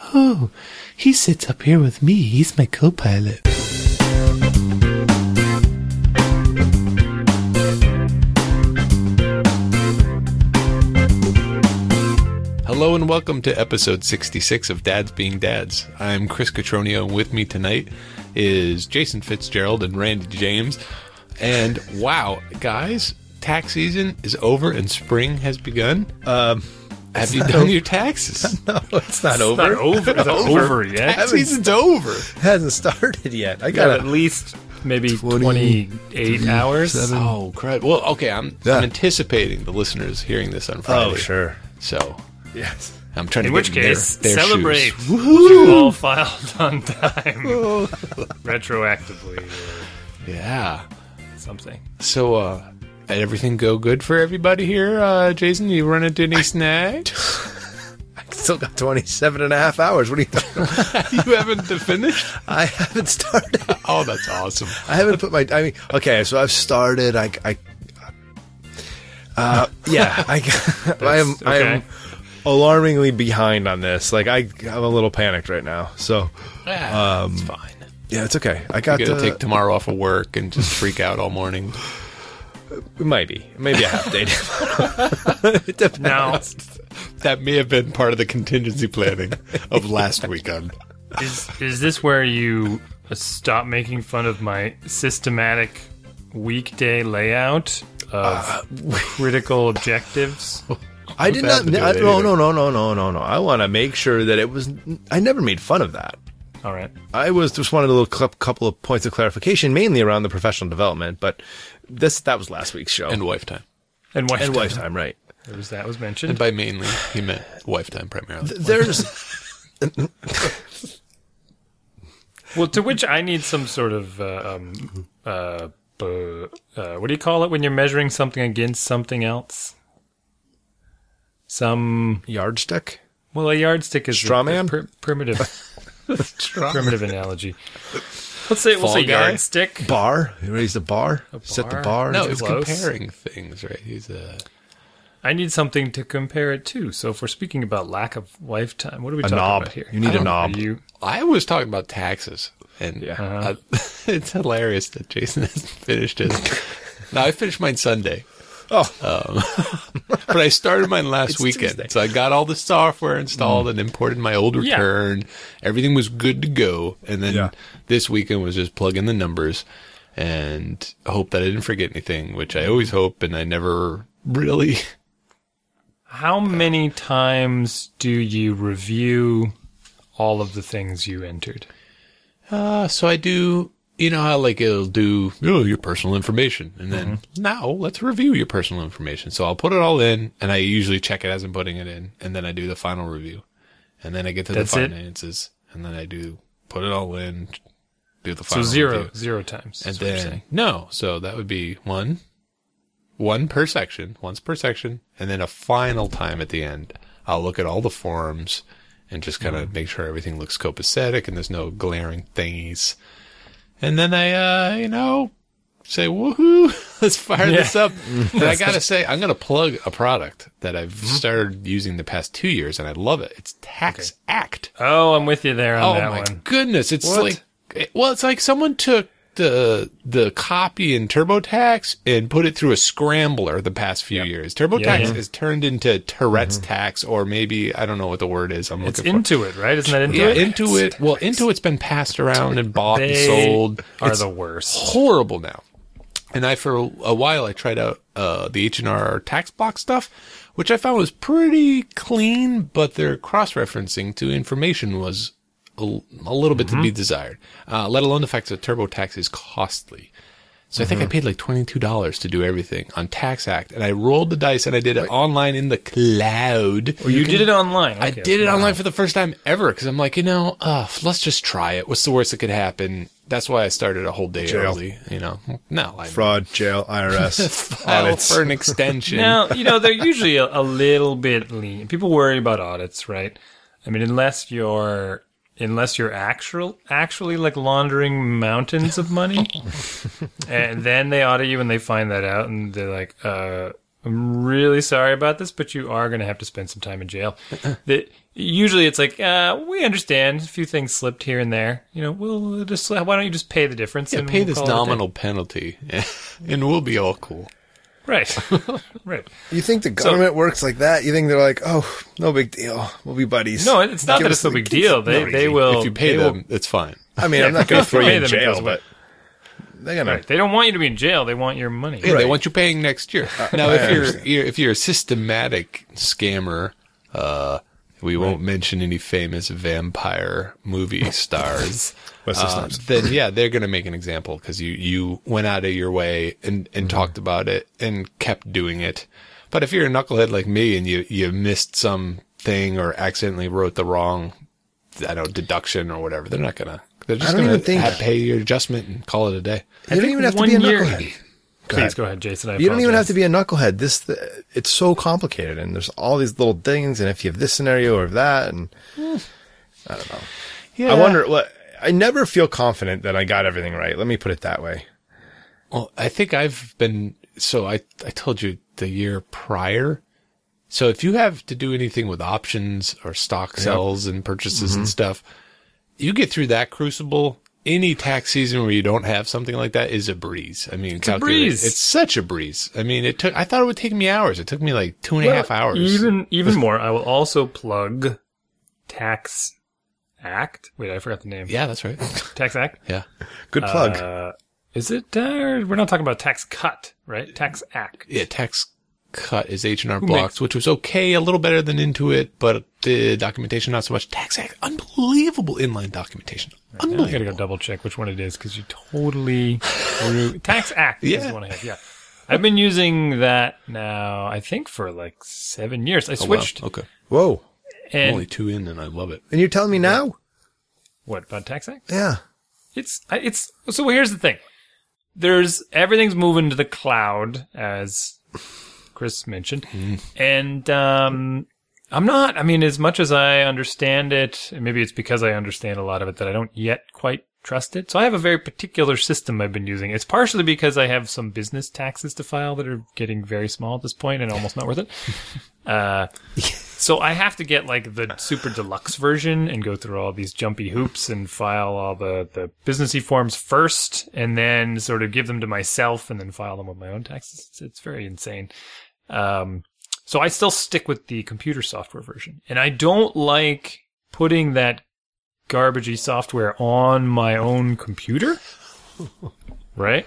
Oh, he sits up here with me. He's my co pilot. Hello and welcome to episode 66 of Dads Being Dads. I'm Chris Catronio, and with me tonight is Jason Fitzgerald and Randy James. And wow, guys, tax season is over and spring has begun. Um, have you done your taxes? No, Oh, it's not over. Not over. It's not over, yet. Tax season's over. It hasn't started yet. I Got got at to least maybe 28 hours. Oh, crap. Well, okay, I'm, Yeah. I'm anticipating the listeners hearing this on Friday. Oh, sure. So Yes. I'm trying to In get which their- case, their shoes. celebrate. You all filed on time. Retroactively or Yeah. something. So, uh, did everything go good for everybody here? Uh, Jason, you run into any snags? I still got 27 and a half hours. What do you talking about? you haven't finished? I haven't started. Oh, that's awesome. I haven't put my. I mean, okay, so I've started. I. I uh, yeah, I, I am. I am okay. alarmingly behind on this. Like I, I'm a little panicked right now. So Yeah, it's fine. yeah, it's okay. I got You gotta to Uh, take tomorrow off of work and just freak out all morning. It might be maybe a half day. it depends. Now, That may have been part of the contingency planning of last weekend. is, is this where you stop making fun of my systematic weekday layout of critical objectives? I did not. bad to do I, that no, either. no, no, no, no, no, no. I want to make sure that it was. I never made fun of that. All right. I was just wanted a little cl- couple of points of clarification, mainly around the professional development. But this that was last week's show And wife time. And wife and time. wife time, right? There was, that was And mentioned. by mainly, he meant wife time primarily. There's Well, to which I need some sort of uh, um, uh, bu- uh, what do you call it when you're measuring something against something else? Some yardstick. well, a yardstick is Straw a- a man? pr- primitive, primitive analogy. Let's say we'll Fall say guy? yardstick. Bar. You raise the bar. Set the bar. bar? No, Too it's close. comparing things, right? He's uh, a I need something to compare it to. So if we're speaking about lack of lifetime, what are we talking knob. about here? You need I a don't- knob. are You, I was talking about taxes, and Yeah. uh, it's hilarious that Jason hasn't finished his. now I finished mine Sunday, Oh, but I started mine last It's weekend. Tuesday. So I got all the software installed and imported my old Yeah. return. Everything was good to go, and then Yeah. this weekend was just plug in the numbers and hope that I didn't forget anything, which I always hope, and I never really. how many times do you review all of the things you entered? Uh, so I do, you know how like it'll do oh, your personal information, and then Mm-hmm. now let's review your personal information. So I'll put it all in, and I usually check it as I'm putting it in, and then I do the final review, and then I get to That's the it? finances, and then I do put it all in, do the So final zero, review. zero times. and is what you're saying. then no, so that would be one, one per section, once per section, and then a final time at the end. I'll look at all the forms and just kind Mm-hmm. of make sure everything looks copacetic and there's no glaring thingies. And then I, uh, you know, say, woohoo, let's fire this up. But I got to say, I'm going to plug a product that I've Mm-hmm. started using the past two years and I love it. It's Tax Act. Oh, I'm with you there on Oh that my one. goodness! It's What? like it- well, it's like someone took the the copy in TurboTax and put it through a scrambler the past few years. TurboTax yeah. Mm-hmm. has turned into Tourette's tax, or maybe I don't know what the word is. I'm It's looking for. Intuit, right? Isn't that Intuit? Yeah, Intuit. Well, Intuit's been passed around and bought and They sold. are It's the worst. horrible now. And I, for a while, I tried out uh, the H and R tax block stuff, which I found was pretty clean, but their cross referencing to information was a, a little bit to be desired. Uh, let alone the fact that TurboTax is costly. So I think I paid like twenty two dollars to do everything on Tax Act, and I rolled the dice and I did it online in the cloud. You, did it online. I did it online for the first time ever because I'm like, you know, uh, f- let's just try it. What's the worst that could happen? That's why I started a whole day Jail. early. You know, no, I fraud, jail, IRS file audits. for an extension. Now, you know, they're usually a, a little bit lean. People worry about audits, right? I mean, unless you're unless you're actual actually like laundering mountains of money and then they audit you and they find that out and they're like uh I'm really sorry about this, but you are going to have to spend some time in jail. that usually it's like, uh, we understand a few things slipped here and there. You know, we'll just why don't you just pay the difference? Yeah, and pay we'll this call it a day." nominal penalty, and we'll be all cool. Right, right. You think the government works like that? You think they're like, oh, no big deal. We'll be buddies. No, it's not Give that us it's no the big kids. deal. They No, they easy. will if you pay they will- them, it's fine. I mean, I'm not going to throw you pay in them, it jail, goes but away. they're going right. They don't want you to be in jail. They want your money. Yeah, they Right. Uh, want you paying next year. Now, I if you're, understand. you're if you're a systematic scammer, uh, we won't mention any famous vampire movie stars. Wesley uh, Snipes. then yeah, they're going to make an example because you you went out of your way and Mm-hmm. and talked about it and kept doing it. But if you're a knucklehead like me and you you missed some thing or accidentally wrote the wrong, I don't know, deduction or whatever, they're not gonna. They're just I don't gonna even think- ha- pay your adjustment and call it a day. You don't even have to one be a year- knucklehead. Please go ahead, Jason. I You don't even have apologize. to be a knucklehead. This th- it's so complicated, and there's all these little things. And if you have this scenario or that, and Yeah. I wonder what I never feel confident that I got everything right. Let me put it that way. Well, I think I've been so I I told you the year prior. So if you have to do anything with options or stock sells and purchases and stuff, you get through that crucible. Any tax season where you don't have something like that is a breeze. I mean, it's breeze. It's such a breeze. I mean, it took. I thought it would take me hours. It took me like two and a half hours. Even even more. I will also plug Tax Act. Wait, I forgot the name. yeah, that's right. Tax Act. Yeah, Good plug. Uh, is it? Uh, we're not talking about tax cut, right? Tax act. yeah. Tax cut is H and R makes- Blocks, which was okay, a little better than Intuit, but the documentation not so much. Tax Act, unbelievable inline documentation. Now Unbelievable. I gotta go double check which one it is because you totally threw tax act. Is Yeah. the one I have. Yeah. I've been using that now. I think for like seven years. I Oh, switched Okay. Whoa! and Only two in, and I love it. And you're telling me now? what about tax act? Yeah. It's I- it's so here's the thing. There's everything's moving to the cloud as Chris mentioned. And um I'm not I mean as much as I understand it, and maybe it's because I understand a lot of it that I don't yet quite trust it. So I have a very particular system I've been using. It's partially because I have some business taxes to file that are getting very small at this point and almost not worth it. Uh so I have to get like the super deluxe version and go through all these jumpy hoops and file all the the businessy forms first, and then sort of give them to myself and then file them with my own taxes. It's, it's very insane. Um, so I still stick with the computer software version, and I don't like putting that garbagey software on my own computer. Right.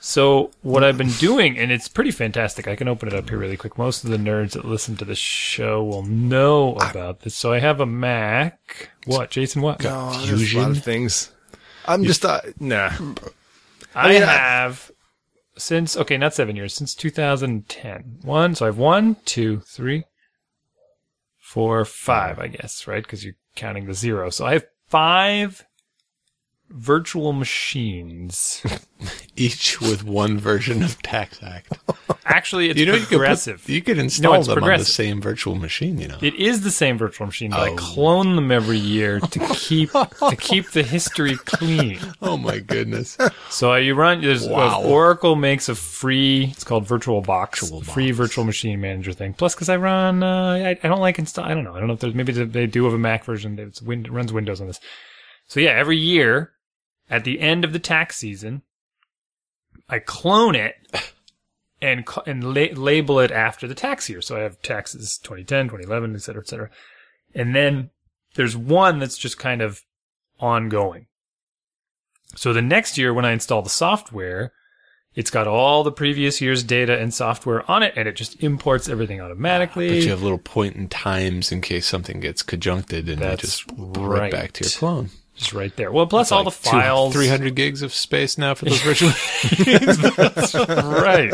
So what I've been doing, and it's pretty fantastic. I can open it up here really quick. Most of the nerds that listen to the show will know about this. So I have a Mac. What, Jason? What? Oh, there's a lot of things. I'm just uh, nah. I, mean, I- have since okay, not seven years, since 2010. One, so I have one, two, three, four, five, I guess, right? Because you're counting the zero. So I have five virtual machines. Each with one version of Tax Act. Actually, it's You know, you could, progressive. put, you could install it's them on the progressive. same virtual machine, you know. It is the same virtual machine, Oh. but I clone them every year to keep to keep the history clean. oh my goodness. So uh, you run there's Wow. Oracle makes a free it's called Virtual Box, free virtual machine manager thing. Plus, because I run uh, I, I don't like install I don't know I don't know if there's maybe they do have a Mac version that win, runs Windows on this. So yeah, every year at the end of the tax season, I clone it and cl- and la- label it after the tax year. So I have taxes 2010, 2011, et cetera, et cetera. And then there's one that's just kind of ongoing. So the next year when I install the software, it's got all the previous year's data and software on it, and it just imports everything But automatically. you have little point in times in case something gets conjuncted and you That's just right. right. right back to your clone. just right there. Well, plus all Like the two- files. 300 gigs of space now for those virtual. right.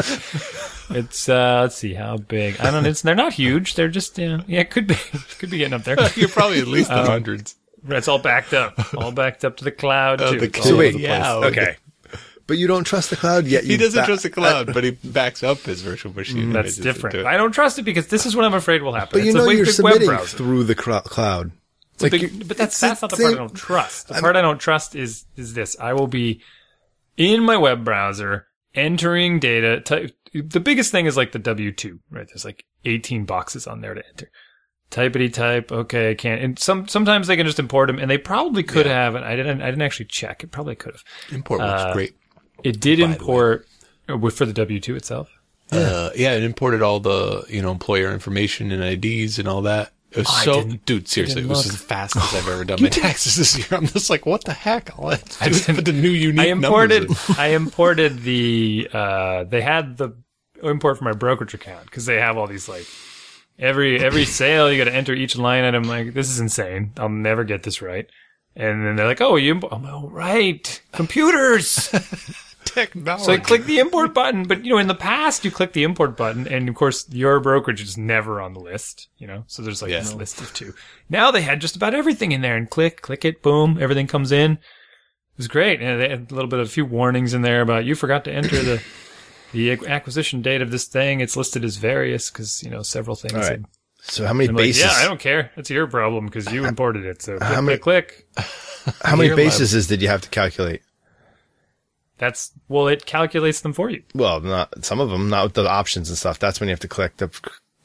It's uh let's see how big. I don't know. It's they're not huge. They're just yeah, yeah, it could be could be getting up there. You're probably at least the Um, hundreds. It's all backed up. All backed up to the cloud too. Oh, the It's all cloud. over wait, the place. yeah, Okay. But you don't trust the cloud yet. He you doesn't ba- trust the cloud, but he backs up his virtual machine. That's images into different. it. I don't trust it because this is what I'm afraid will happen. But you it's know a big, you're big web submitting browser. through the cro- cloud. It's a Like, big- but that's it's that's the not the part I thing- don't trust. The part I don't trust is is this. I will be in my web browser entering data. Type, the biggest thing is like the W two, right? There's like 18 boxes on there to enter. Typeity type. Okay, I can't. And some sometimes they can just import them, and they probably could have. And I didn't. I didn't actually check. It probably could have. Import works great. It did way. import uh, with- for the W two itself. Uh, yeah, it imported all the you know employer information and IDs and all that. It was so, didn't- dude, seriously, it didn't was look. the fastest I've ever done my taxes this year. I'm just like, what the heck? All I have to do is put the new unique I imported. numbers I imported the. Uh, they had the import from my brokerage account because they have all these like every every sale you got to enter each line item. Like this is insane. I'll never get this right. And then they're like, "Oh, you." Imp-. I'm like, "Oh, right, computers." in. technology. So I click the import button, but you know, in the past, you click the import button, and of course, your brokerage is never on the list. You know, so there's like Yeah. this list of two. Now they had just about everything in there, and click, click it, boom, everything comes in. It was great, and they had a little bit of a few warnings in there about you forgot to enter the the ac- acquisition date of this thing. It's listed as various because you know several things. All right. And So how many I'm like, bases? yeah, I don't care. That's your problem because you imported it. So click, many- click, click. how many You're allowed- bases did you have to calculate? That's well, it calculates them for you. Well, not some of them, not with the options and stuff. That's when you have to click the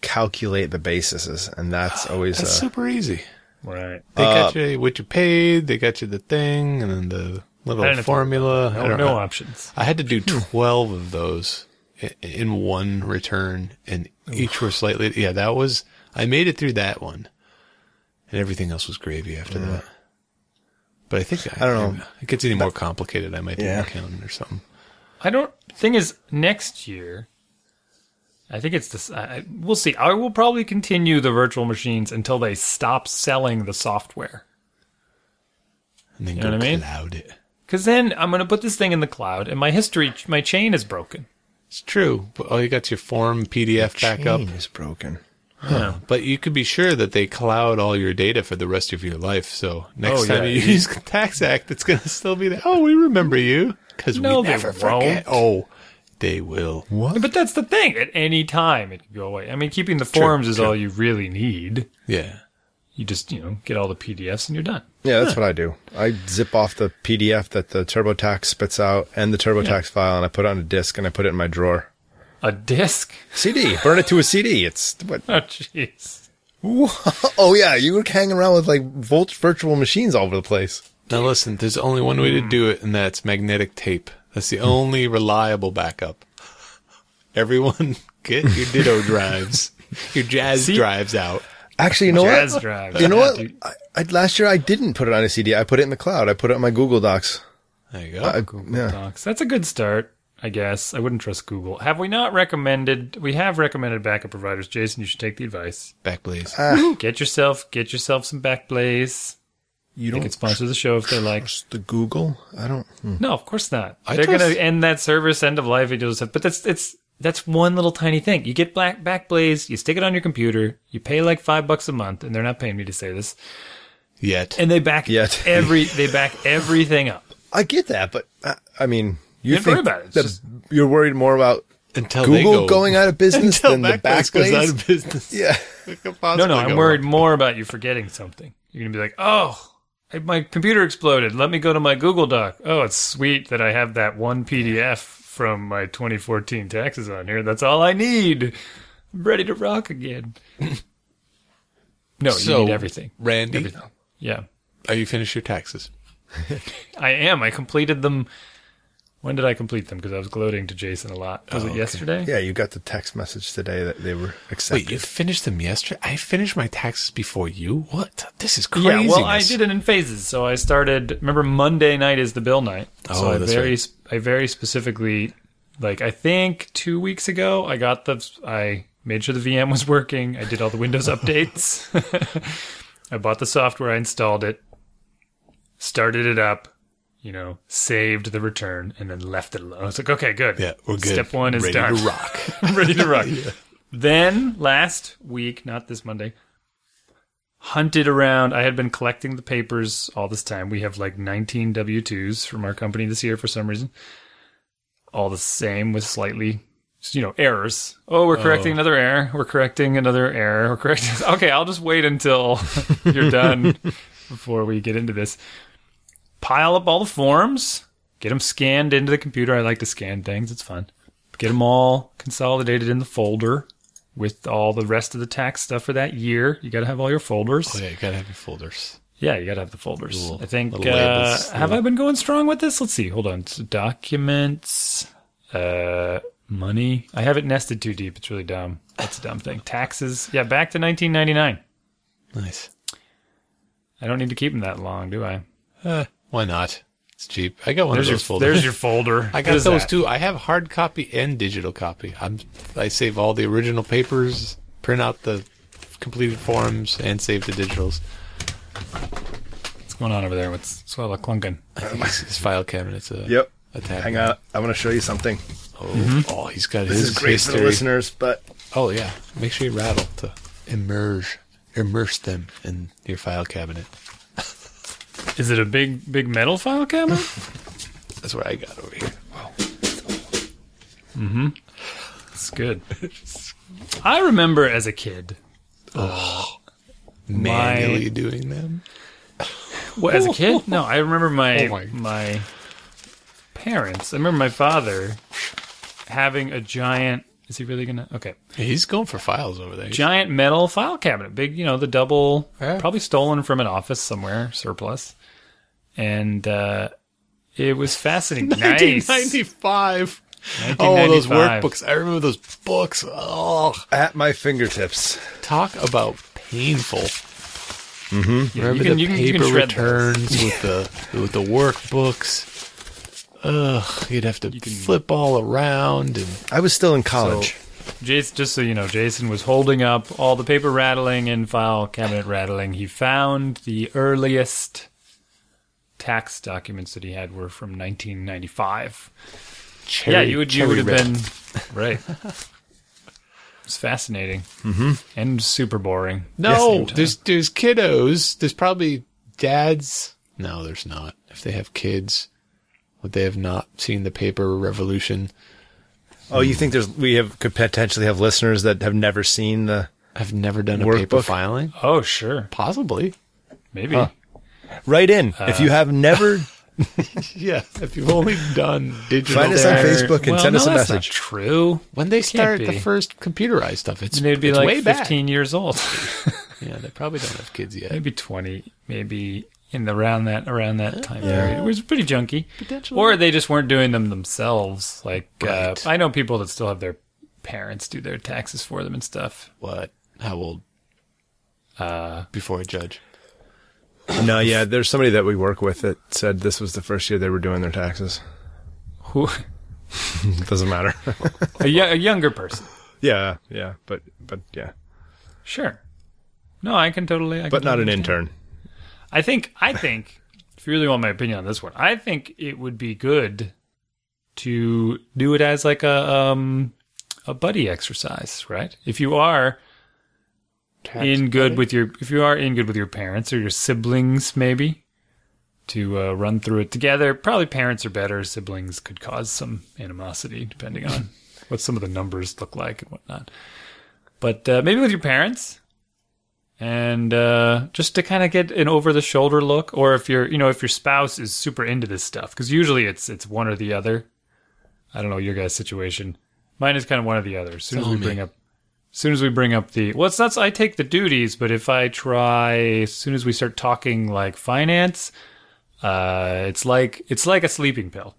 calculate the bases, and that's always That's uh, super easy. Uh, Right. They got you what you paid. They got you the thing, and then the little I don't have to- formula. I No, don't no know. options. I had to do Hmm. twelve of those i- in one return, and each were slightly. Yeah, that was. I made it through that one, and everything else was gravy after that. But I think I, don't know. It gets any more complicated. I might do Yeah. an accountant or something. I don't. Thing is, next year, I think it's this. I, I- we'll see. I will probably continue the virtual machines until they stop selling the software. And then You go know what I mean? cloud it. Because then I'm going to put this thing in the cloud, and my history, my chain is broken. It's true. But all you got your form PDF back up. is broken. But you could be sure that they cloud all your data for the rest of your life. So next Oh, time yeah. you use Tax Act, it's going to still be there. Oh, we remember you because No, we they never forget. won't. Oh, they will. What? But that's the thing. At any time, it could go away. I mean, keeping the forms is all you really need. Yeah. You just you know get all the PDFs and you're done. Yeah, that's what I do. I zip off the PDF that the TurboTax spits out and the TurboTax file, and I put it on a disk and I put it in my drawer. A disk. CD, burn it to a CD. It's what? Oh jeez. Oh yeah, you were hanging around with like volt virtual machines all over the place. Now listen, there's only one way to do it, and that's magnetic tape. That's the only reliable backup. Everyone, get your Ditto drives, your Jazz See? drives out. Actually, you know Jazz what? drives. You know Yeah, what? dude. I, I, last year I didn't put it on a CD. I put it in the cloud. I put it on my Google Docs. There you go. Uh, I- yeah. Docs. That's a good start, I guess. I wouldn't trust Google. Have we not recommended? We have recommended backup providers. Jason, you should take the advice. Back please. uh, Get yourself, get yourself some Backblaze. You They don't can sponsor the show if they like. trust the Google? I don't. hmm. No, of course not. I They're trust- gonna end that service, end of life, and all this stuff. But that's it's that's one little tiny thing. You get Black Backblaze, you stick it on your computer, you pay like five bucks a month, and they're not paying me to say this. Yet. And they back Yet. every they back everything up. I get that, but I, I mean, you Don't think worry about it. It's that just- you're worried more about until Oh, they Google go- going out of business until than the Backblaze goes out Backblaze. of business. Yeah. It could No, possibly no, go I'm worried more about you forgetting something. You're gonna be like, oh, I- my computer exploded. Let me go to my Google Doc. Oh, it's sweet that I have that one PDF from my 2014 taxes on here. That's all I need. I'm ready to rock again. no, wrong. So, you need everything. Randy, Everything. Yeah, are Oh, you finished your taxes? I am. I completed them. When did I complete them? Because I was gloating to Jason a lot. Was it yesterday? Yeah, you got the text message today that they were accepted. Wait, you finished them yesterday? I finished my taxes before you? What? This is crazy. Yeah, well, I did it in phases. So I started. Remember, Monday night is the bill night. so Oh, I that's very, right. sp- I very specifically, like I think two weeks ago, I got the. I made sure the VM was working. I did all the Windows updates. I bought the software. I installed it. Started it up. You know, saved the return and then left it alone. I was like, okay, good. Yeah, we're good. Step one is Ready done. to rock. ready to rock. Then last week, not this Monday, hunted around. I had been collecting the papers all this time. We have like 19 W 2s from our company this year for some reason. All the same with slightly, you know, errors. Oh, we're correcting another error. We're correcting another error. We're correcting. Okay, I'll just wait until you're done before we get into this. Pile up all the forms Get them scanned into the computer. I like to scan things. It's fun. Get them all consolidated in the folder with all the rest of the tax stuff for that year. You got to have all your folders. Oh, yeah, you gotta have your folders. Yeah, you gotta have the folders. Little- I think. little labels, uh, have I been going strong with this? Let's see. Hold on. So documents, uh, money. I have it nested too deep. It's really dumb. That's a dumb thing. Taxes. Yeah, back to 1999. Nice. I don't need to keep them that long, do I? Uh, why not? It's cheap. I got one There's of your those folders. there's your folder. I What got is those that? too. I have hard copy and digital copy. I'm I save all the original papers, print out the completed forms, and save the digitals. What's going on over there? What's it's a lot of clunking? I think his, his file cabinet's a Yep. A tab. Hang on. I'm going to show you something. Oh, Mm-hmm. oh, he's got This his is great for the history. listeners, but Oh yeah, make sure you rattle to immerse immerse them in your file cabinet. Is it a big big metal file cabinet? That's what I got over here. It's good. I remember as a kid. Manually doing them. What, as a kid? No, I remember my, Oh my. my parents. I remember my father having a giant. Is he really gonna? Okay, He's going for files over there. giant metal file cabinet, big. You know, the double, Yeah. probably stolen from an office somewhere, surplus, and uh, it was fascinating. nice. 1995. Oh, those 1995. workbooks. I remember those books. Oh, at my fingertips. talk about painful. Mm-hmm. Remember you can- the you can- you can paper shred returns with the with the workbooks. Ugh, you'd have to flip all around and I was still in college. Jason, just so you know, Jason was holding up all the paper rattling and file cabinet rattling. He found the earliest tax documents that he had were from 1995. cherry, yeah, you would you cherry would have red. been right. It's fascinating mm-hmm. and super boring. No, there's there's kiddos. There's probably dads. No, there's not. If they have kids, would they have not seen the paper revolution? Oh, you think there's we have could potentially have listeners that have never seen the I've never done a paper Workbook? filing. oh sure, Possibly. maybe Write in if you have never. Yeah, if you've only done digital. Find us on there- Facebook and Well, send us no, a that's not message. true. When they start be. the first computerized stuff, it's, And they'd be it's way like back. 15 years old. Yeah, they probably don't have kids yet. maybe 20 maybe in the around that around that time period it was pretty junky Potentially. or they just weren't doing them themselves like Right. uh, i know people that still have their parents do their taxes for them and stuff What? How old? Uh, before I judge. No, yeah, there's somebody that we work with that said this was the first year they were doing their taxes. who It doesn't matter. a, yo- a younger person yeah, yeah, but but yeah, sure no i can totally I can but not totally an understand. intern. i think i think if you really want my opinion on this one i think it would be good to do it as like a um a buddy exercise right if you are in good with your if you are in good with your parents or your siblings maybe to uh, run through it together probably parents are better siblings could cause some animosity depending on what some of the numbers look like and whatnot but uh, maybe with your parents and uh, just to kind of get an over the shoulder look or if your you know if your spouse is super into this stuff because usually it's it's one or the other i don't know your guys situation mine is kind of one or the other as soon as all we me. bring up as soon as we bring up the well, it's not. I take the duties, but if I try, as soon as we start talking like finance, uh, it's like it's like a sleeping pill,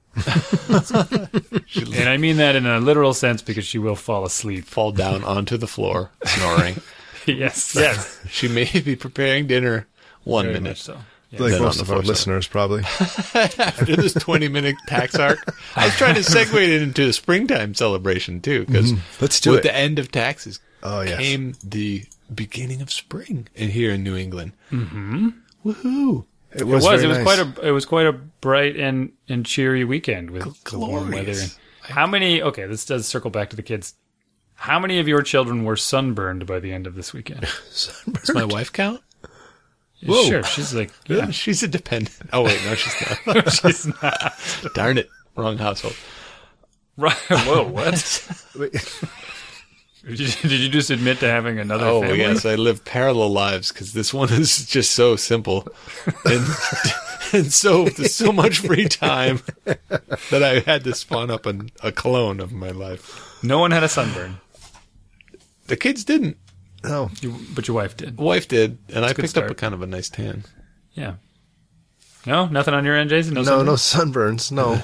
and I mean that in a literal sense because she will fall asleep. Fall down onto the floor, snoring. yes, yes, she may be preparing dinner one very minute. much so. Yeah. Like Then most on the of our force listeners, probably. after this 20 minute tax arc. I was trying to segue it into a springtime celebration too, because Mm-hmm. Let's do with it. the end of taxes Oh, yes. came the beginning of spring in here in New England. Mm-hmm. Woohoo! It It was. was. very It was nice. quite a. It was quite a bright and and cheery weekend with the warm weather. glorious. How many? Okay, this does circle back to the kids. How many of your children were sunburned by the end of this weekend? Does my wife count? Whoa. Sure, she's like, yeah, Yeah, she's a dependent. Oh wait, no, she's not. she's not. Darn it, wrong household. Right. Whoa, what? Wait. Did you, did you just admit to having another Oh family? yes, I live parallel lives because this one is just so simple, and and so there's so much free time that I had to spawn up an, a clone of my life. No one had a sunburn, The kids didn't. Oh, you, but your wife did. Wife did, and I good picked up a start. kind of a nice tan. Yeah. No, nothing on your end, Jason. No, no, no sunburn? sunburns. No.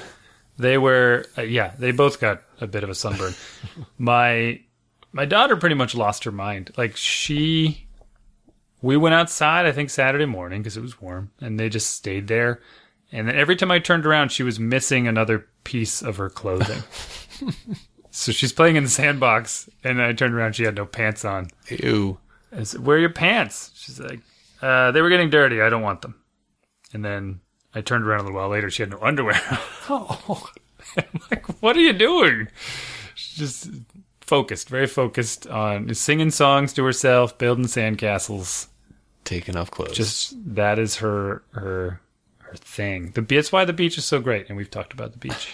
They were, uh, yeah, they both got a bit of a sunburn. my my daughter pretty much lost her mind. Like she, we went outside. I think Saturday morning because it was warm, and they just stayed there. And then every time I turned around, she was missing another piece of her clothing. so she's playing in the sandbox, and I turned around, she had no pants on. Ew. I said, "Where are your pants?" She's like, uh, "They were getting dirty. I don't want them." And then I turned around a little while later. She had no underwear. oh, I'm like, "What are you doing?" She's just focused, very focused on singing songs to herself, building sandcastles. Taking off clothes. Just that is her her her thing. The that's why the beach is so great, and we've talked about the beach.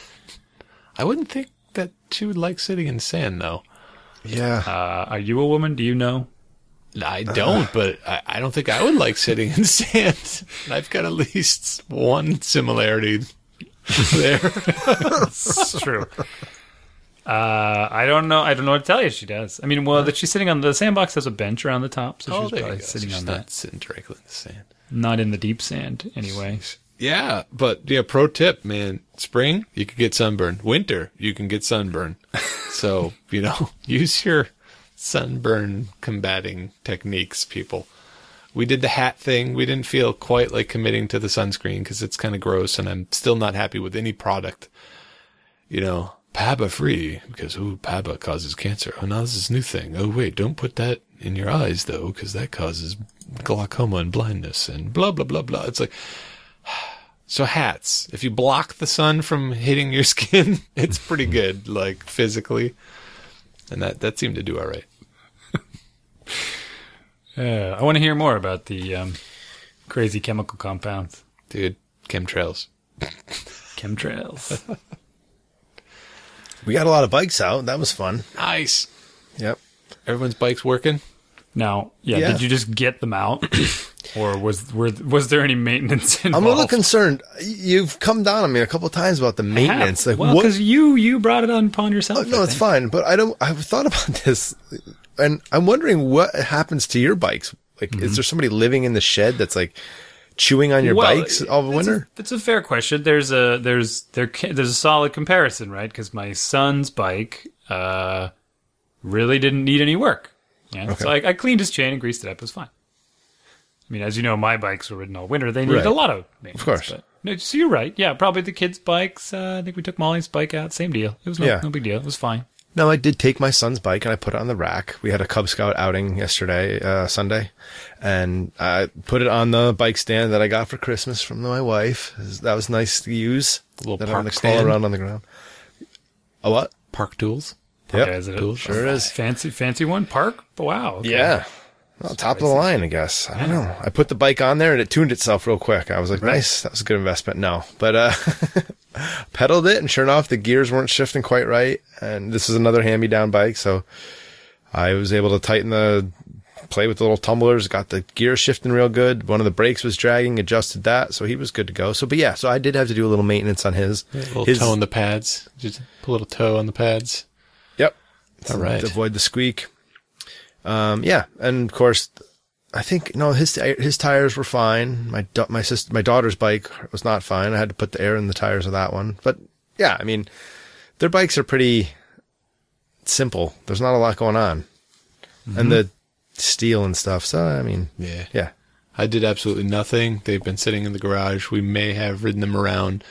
I wouldn't think that she would like sitting in sand though. Yeah. Uh, are you a woman? Do you know? I Uh. don't, but I, I don't think I would like sitting in sand. And I've got at least one similarity there. It's true. Uh, I don't know. I don't know what to tell you. She does. I mean, well, that she's sitting on the sandbox has a bench around the top, Oh, so Oh, she's probably sitting She's on not that. sitting directly in the sand. Not in the deep sand, anyway. Yeah, but yeah, pro tip, man. Spring, you can get sunburn. Winter, you can get sunburn. so, you know, use your sunburn combating techniques, people. We did the hat thing. We didn't feel quite like committing to the sunscreen because it's kind of gross and I'm still not happy with any product. You know, PABA free because, ooh, PABA causes cancer. Oh, now this is a new thing. Oh, wait, don't put that in your eyes though because that causes glaucoma and blindness and blah, blah, blah, blah. It's like, so hats. If you block the sun from hitting your skin, it's pretty good, like physically. And that that seemed to do all right. Uh, I want to hear more about the um, crazy chemical compounds, Dude, chemtrails. chemtrails. We got a lot of bikes out. That was fun. Nice. Yep. Everyone's bike's working. now, yeah, Yeah. did you just get them out, or was were was there any maintenance I'm involved? a little concerned. You've come down on me a couple times about the maintenance. Like, well, what Oh, because you you brought it on upon yourself. I no, it's think. fine. But I don't. I've thought about this, and I'm wondering what happens to your bikes. Like, is there somebody living in the shed that's like chewing on your Well, bikes all the that's winter? A, that's a fair question. There's a there's there ca- there's a solid comparison, right? Because my son's bike uh, really didn't need any work. Yeah, so I, I cleaned his chain and greased it up. It was fine. I mean, as you know, my bikes were ridden all winter. They need Right. a lot of maintenance. Of course. But, no, so you're right. Yeah, probably the kids' bikes. Uh, I think we took Molly's bike out. Same deal. It was no, Yeah. no big deal. It was fine. No, I did take my son's bike and I put it on the rack. We had a Cub Scout outing yesterday, uh, Sunday, and I put it on the bike stand that I got for Christmas from my wife. That was nice to use. Little that park to stand? crawl around on the ground. A what? Park tools. Yep. Yeah, is it a- Cool. Sure is. Fancy, fancy one. Park. Wow. okay. Yeah. Well, top of the line, I guess. I don't know. I put the bike on there and it tuned itself real quick. I was like, nice. That was a good investment. No, but, uh, pedaled it and sure enough, the gears weren't shifting quite right. And this is another hand me down bike. So I was able to tighten the, play with the little tumblers, got the gear shifting real good. One of the brakes was dragging, adjusted that. So he was good to go. So, but yeah, so I did have to do a little maintenance on his. A little his toe on the pads. Just put a little toe on the pads. Yep. All right. To avoid the squeak. Um, yeah, and of course, I think no, his his tires were fine. My da- my sister, my daughter's bike was not fine. I had to put the air in the tires of that one. But yeah, I mean, their bikes are pretty simple. There's not a lot going on, and the steel and stuff. So I mean, Yeah. yeah, I did absolutely nothing. They've been sitting in the garage. We may have ridden them around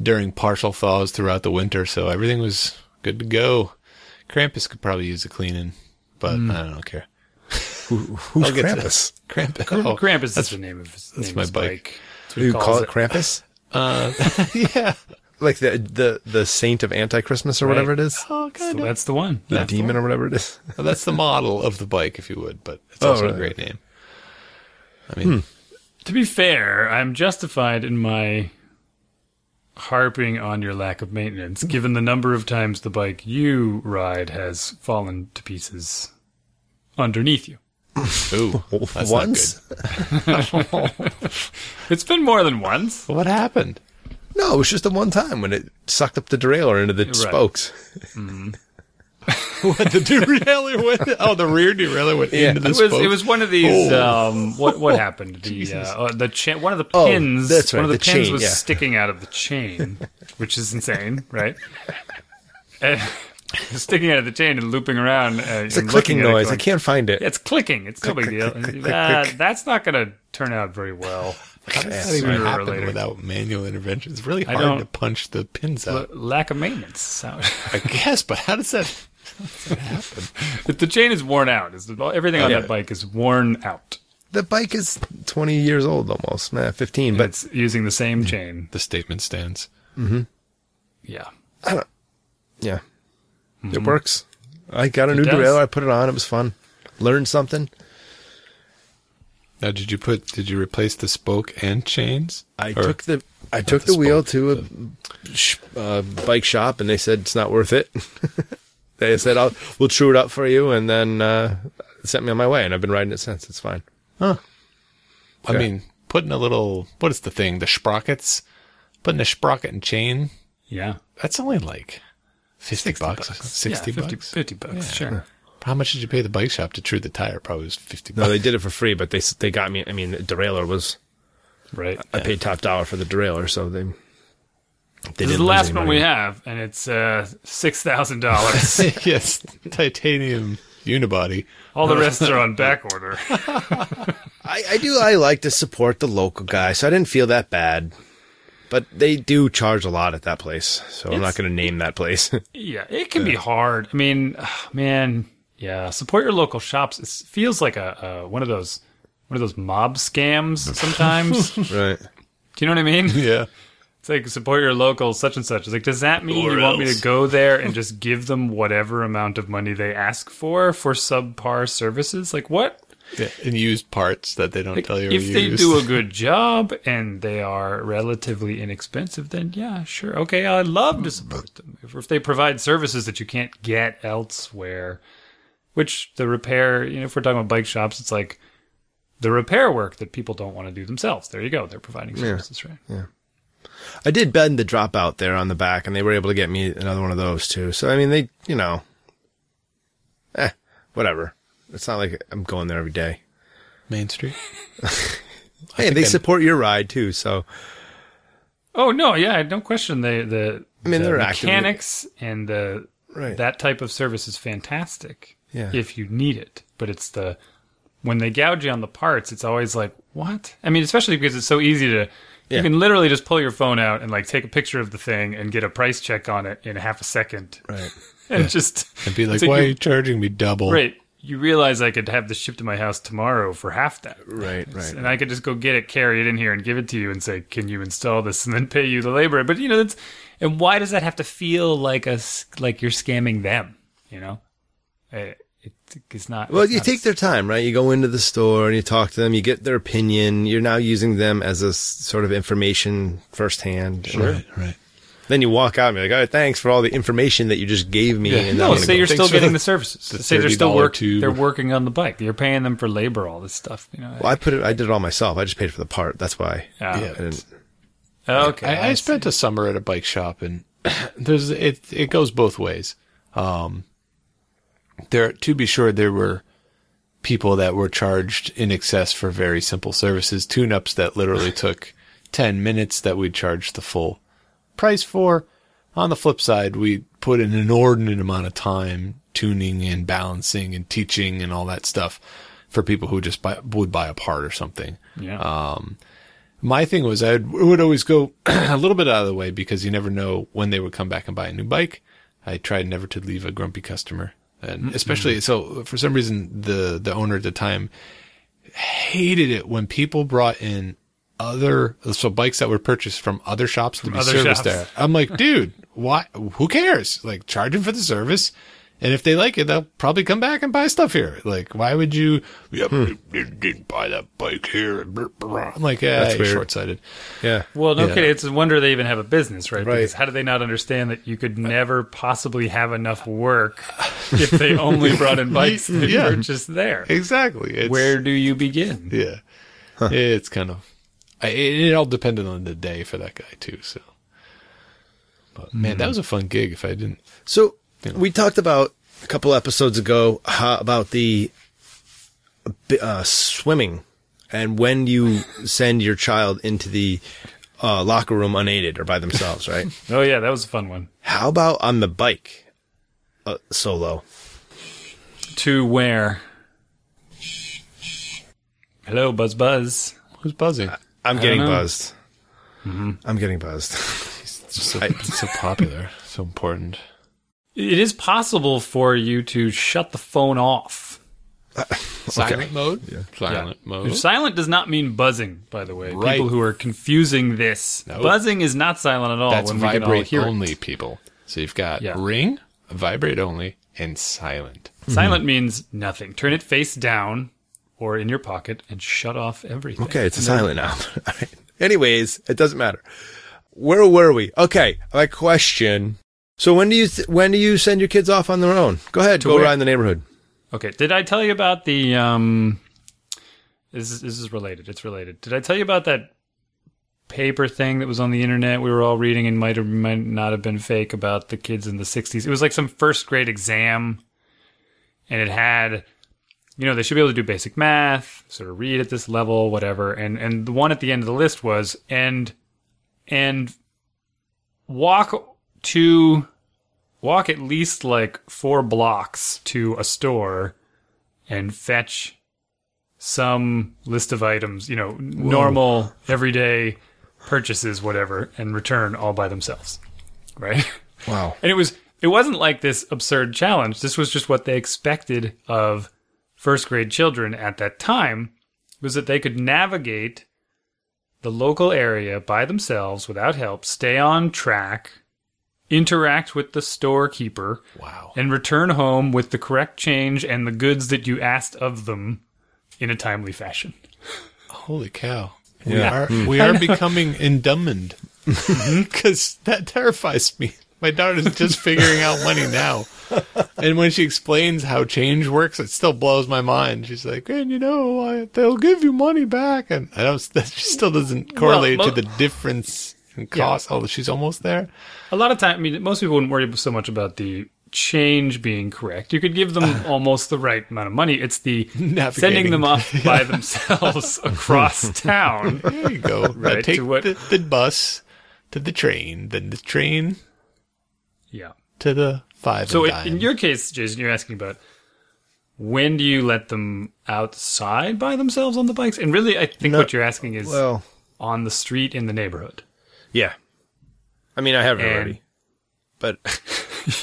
during partial thaws throughout the winter, so everything was good to go. Krampus could probably use a cleaning, but I don't care. who's get to Krampus? Krampus. Oh, Krampus is the name of his, that's name my of his bike. That's what he You calls call it Krampus? yeah. Like the the the saint of anti Christmas or whatever it is, Oh, So kind of. that's the one. the demon or whatever it is. Well, that's the model of the bike, if you would, but it's Oh, also a right. great name. I mean, To be fair, I'm justified in my harping on your lack of maintenance, given the number of times the bike you ride has fallen to pieces underneath you. Ooh, that's Once? Not It's been more than once. good. What happened? No, it was just the one time when it sucked up the derailleur into the spokes. What the derailleur went? Oh, the rear derailleur went into the It was, spokes. it was one of these. Oh. Um, what what happened? The uh, uh, the cha- one of the Oh, pins. that's right, One of the, the pins chain, was yeah. sticking out of the chain, which is insane, right? And sticking out of the chain and looping around. Uh, It's a clicking noise. I can't find it. It's clicking. It's no big deal. Uh, That's not going to turn out very well. How does that Yeah, even sooner or happen later. without manual intervention? It's really don't- hard to punch the pins out. L- lack of maintenance. So- I guess, but how does that? if the chain is worn out, is the, everything on that bike is worn out. The bike is 20 years old almost, nah, 15, But but it's using the Hmm. same chain. The statement stands. Yeah. yeah, it works. I got a new does. derailleur. I put it on. It was fun. Learned something. Now, did you put? Did you replace the spoke and chains? I Or- took the I took the the, wheel to a sh- uh, bike shop and they said it's not worth it. they said I'll we'll true it up for you and then uh, sent me on my way and I've been riding it since. It's fine. I yeah. mean, putting a little. What is the thing? The sprockets. Putting a sprocket and chain. Yeah. That's only like fifty bucks. Sixty yeah, 50 bucks. 50 bucks, sure. How much did you pay the bike shop to true the tire? Probably was fifty No, bucks. they did it for free, but they s- they got me. I mean, the derailleur was Right. I paid top dollar for the derailleur, so they. they This is didn't the lose last any one money. we have, and it's uh, $6,000. yes, titanium unibody. All the rest are on back order. I, I do. I like to support the local guy, so I didn't feel that bad. But they do charge a lot at that place, so I'm not It's- going to name that place. Yeah, it can be hard. I mean, man, yeah, support your local shops. It feels like a uh, one of those one of those mob scams sometimes. Do right. you know what I mean? Yeah. It's like support your local such and such. It's like, does that mean Or you want me else. to go there and just give them whatever amount of money they ask for for subpar services? Like what? yeah, and used parts that they don't tell you. are if they used. do a good job and they are relatively inexpensive, then yeah, sure, okay, I'd love to support them. If, if they provide services that you can't get elsewhere, which the repair, you know, if we're talking about bike shops, it's like the repair work that people don't want to do themselves. There you go, they're providing services, right? I did bend the dropout there on the back, and they were able to get me another one of those too. So I mean, they, you know, eh, whatever. It's not like I'm going there every day. Main Street. Hey, they support your ride too, so Oh no, yeah, I don't question the the, I mean, the they're actively- mechanics and the right. that type of service is fantastic Yeah. if you need it but it's the when they gouge you on the parts it's always like what i mean especially because it's so easy to you Yeah. can literally just pull your phone out and like take a picture of the thing and get a price check on it in half a second right. and just And be like, So why are you- you charging me double? right you realize i could have this shipped to my house tomorrow for half that Right, right. and I could just go get it, carry it in here, and give it to you, and say, "Can you install this?" and then pay you the labor. But you know, that's and why does that have to feel like a s- like you're scamming them? You know, it, it, it's not. Well, it's you not take their time, right? You go into the store and you talk to them. You get their opinion. You're now using them as a s- sort of information firsthand. Sure. Right, right. Then you walk out and you're like, "All right, thanks for all the information that you just gave me." and no, I'm gonna say go." you're Thanks still for getting the- the services. the say they're still $30 work, tube. They're working on the bike. You're paying them for labor, all this stuff. You know. Well, I put it. I did it all myself. I just paid for the part. That's why. Yeah. I didn't- Okay. I, I spent a summer at a bike shop, and there's it. It goes both ways. Um, there, to be sure, there were people that were charged in excess for very simple services, tune-ups that literally took ten minutes that we charged the full price for. On the flip side, we put an inordinate amount of time tuning and balancing and teaching and all that stuff for people who just buy, would buy a part or something yeah. my thing was I would always go a little bit out of the way because you never know when they would come back and buy a new bike. I tried never to leave a grumpy customer, and especially so for some reason the the owner at the time hated it when people brought in other so bikes that were purchased from other shops to be other serviced shops. there. I'm like, dude, why? Who cares? Like, charge him for the service And if they like it, they'll probably come back and buy stuff here. Like, why would you? Yep, you didn't buy that bike here. I'm like, yeah, That's that's weird. short sighted. Yeah. Well, no Yeah. kidding. It's a wonder they even have a business, right? Right. Uh, Because how do they not understand that you could never possibly have enough work if they only brought in bikes that Yeah. were just there? Exactly. It's, Where do you begin? Yeah, it's kind of. I, it, it all depended on the day for that guy too. So, but man, Hmm. that was a fun gig. If I didn't, So we talked about a couple episodes ago how, about the uh, swimming and when you send your child into the uh, locker room unaided or by themselves, right? Oh yeah, that was a fun one. how about on the bike uh, solo? To where? Hello, Buzz Buzz. who's buzzing? I'm getting know. buzzed. I'm getting buzzed. It's just so, it's so popular, so important. It is possible for you to shut the phone off. Silent mode. Silent mode. Silent does not mean buzzing, by the way. Right. People who are confusing this. No. Buzzing is not silent at all That's Oh, when we can all vibrate hear it. only, people. So you've got Yeah. ring, vibrate only, and silent. Silent means nothing. Turn it face down or in your pocket and shut off everything. Okay, it's a silent now. All right. Anyways, it doesn't matter. Where were we? Okay, my question. So when do you th- when do you send your kids off on their own? Go ahead, go where? around the neighborhood. Okay. Did I tell you about the um this is, this is related. It's related. Did I tell you about that paper thing that was on the internet we were all reading and might or might not have been fake about the kids in the 60s? It was like some first grade exam and it had you know, they should be able to do basic math, sort of read at this level, whatever. And and the one at the end of the list was and and walk to walk at least like four blocks to a store and fetch some list of items, you know, normal everyday purchases, whatever, and return all by themselves. Right? Wow. And it was it wasn't like this absurd challenge. This was just what they expected of first grade children at that time was that they could navigate the local area by themselves without help, stay on track, interact with the storekeeper, Wow. and return home with the correct change and the goods that you asked of them in a timely fashion. Holy cow. We Hmm. are we are becoming endumbened. Mm-hmm. Because that terrifies me. My daughter's just figuring out money now. And when she explains how change works, it still blows my mind. She's like, and you know, I, they'll give you money back. And I don't, that she still doesn't correlate mo- to the difference in cost. Oh, she's almost there. A lot of time, I mean, most people wouldn't worry so much about the change being correct. You could give them almost the right amount of money. It's the Navigating. sending them off by themselves across town. There you go. Right, Now Take to what- the, the bus to the train, then the train Yeah. to the five. So and in- dime. in your case, Jason, you're asking about when do you let them outside by themselves on the bikes? And really, I think what you're asking is Well, on the street in the neighborhood. yeah. I mean, I haven't And- already. But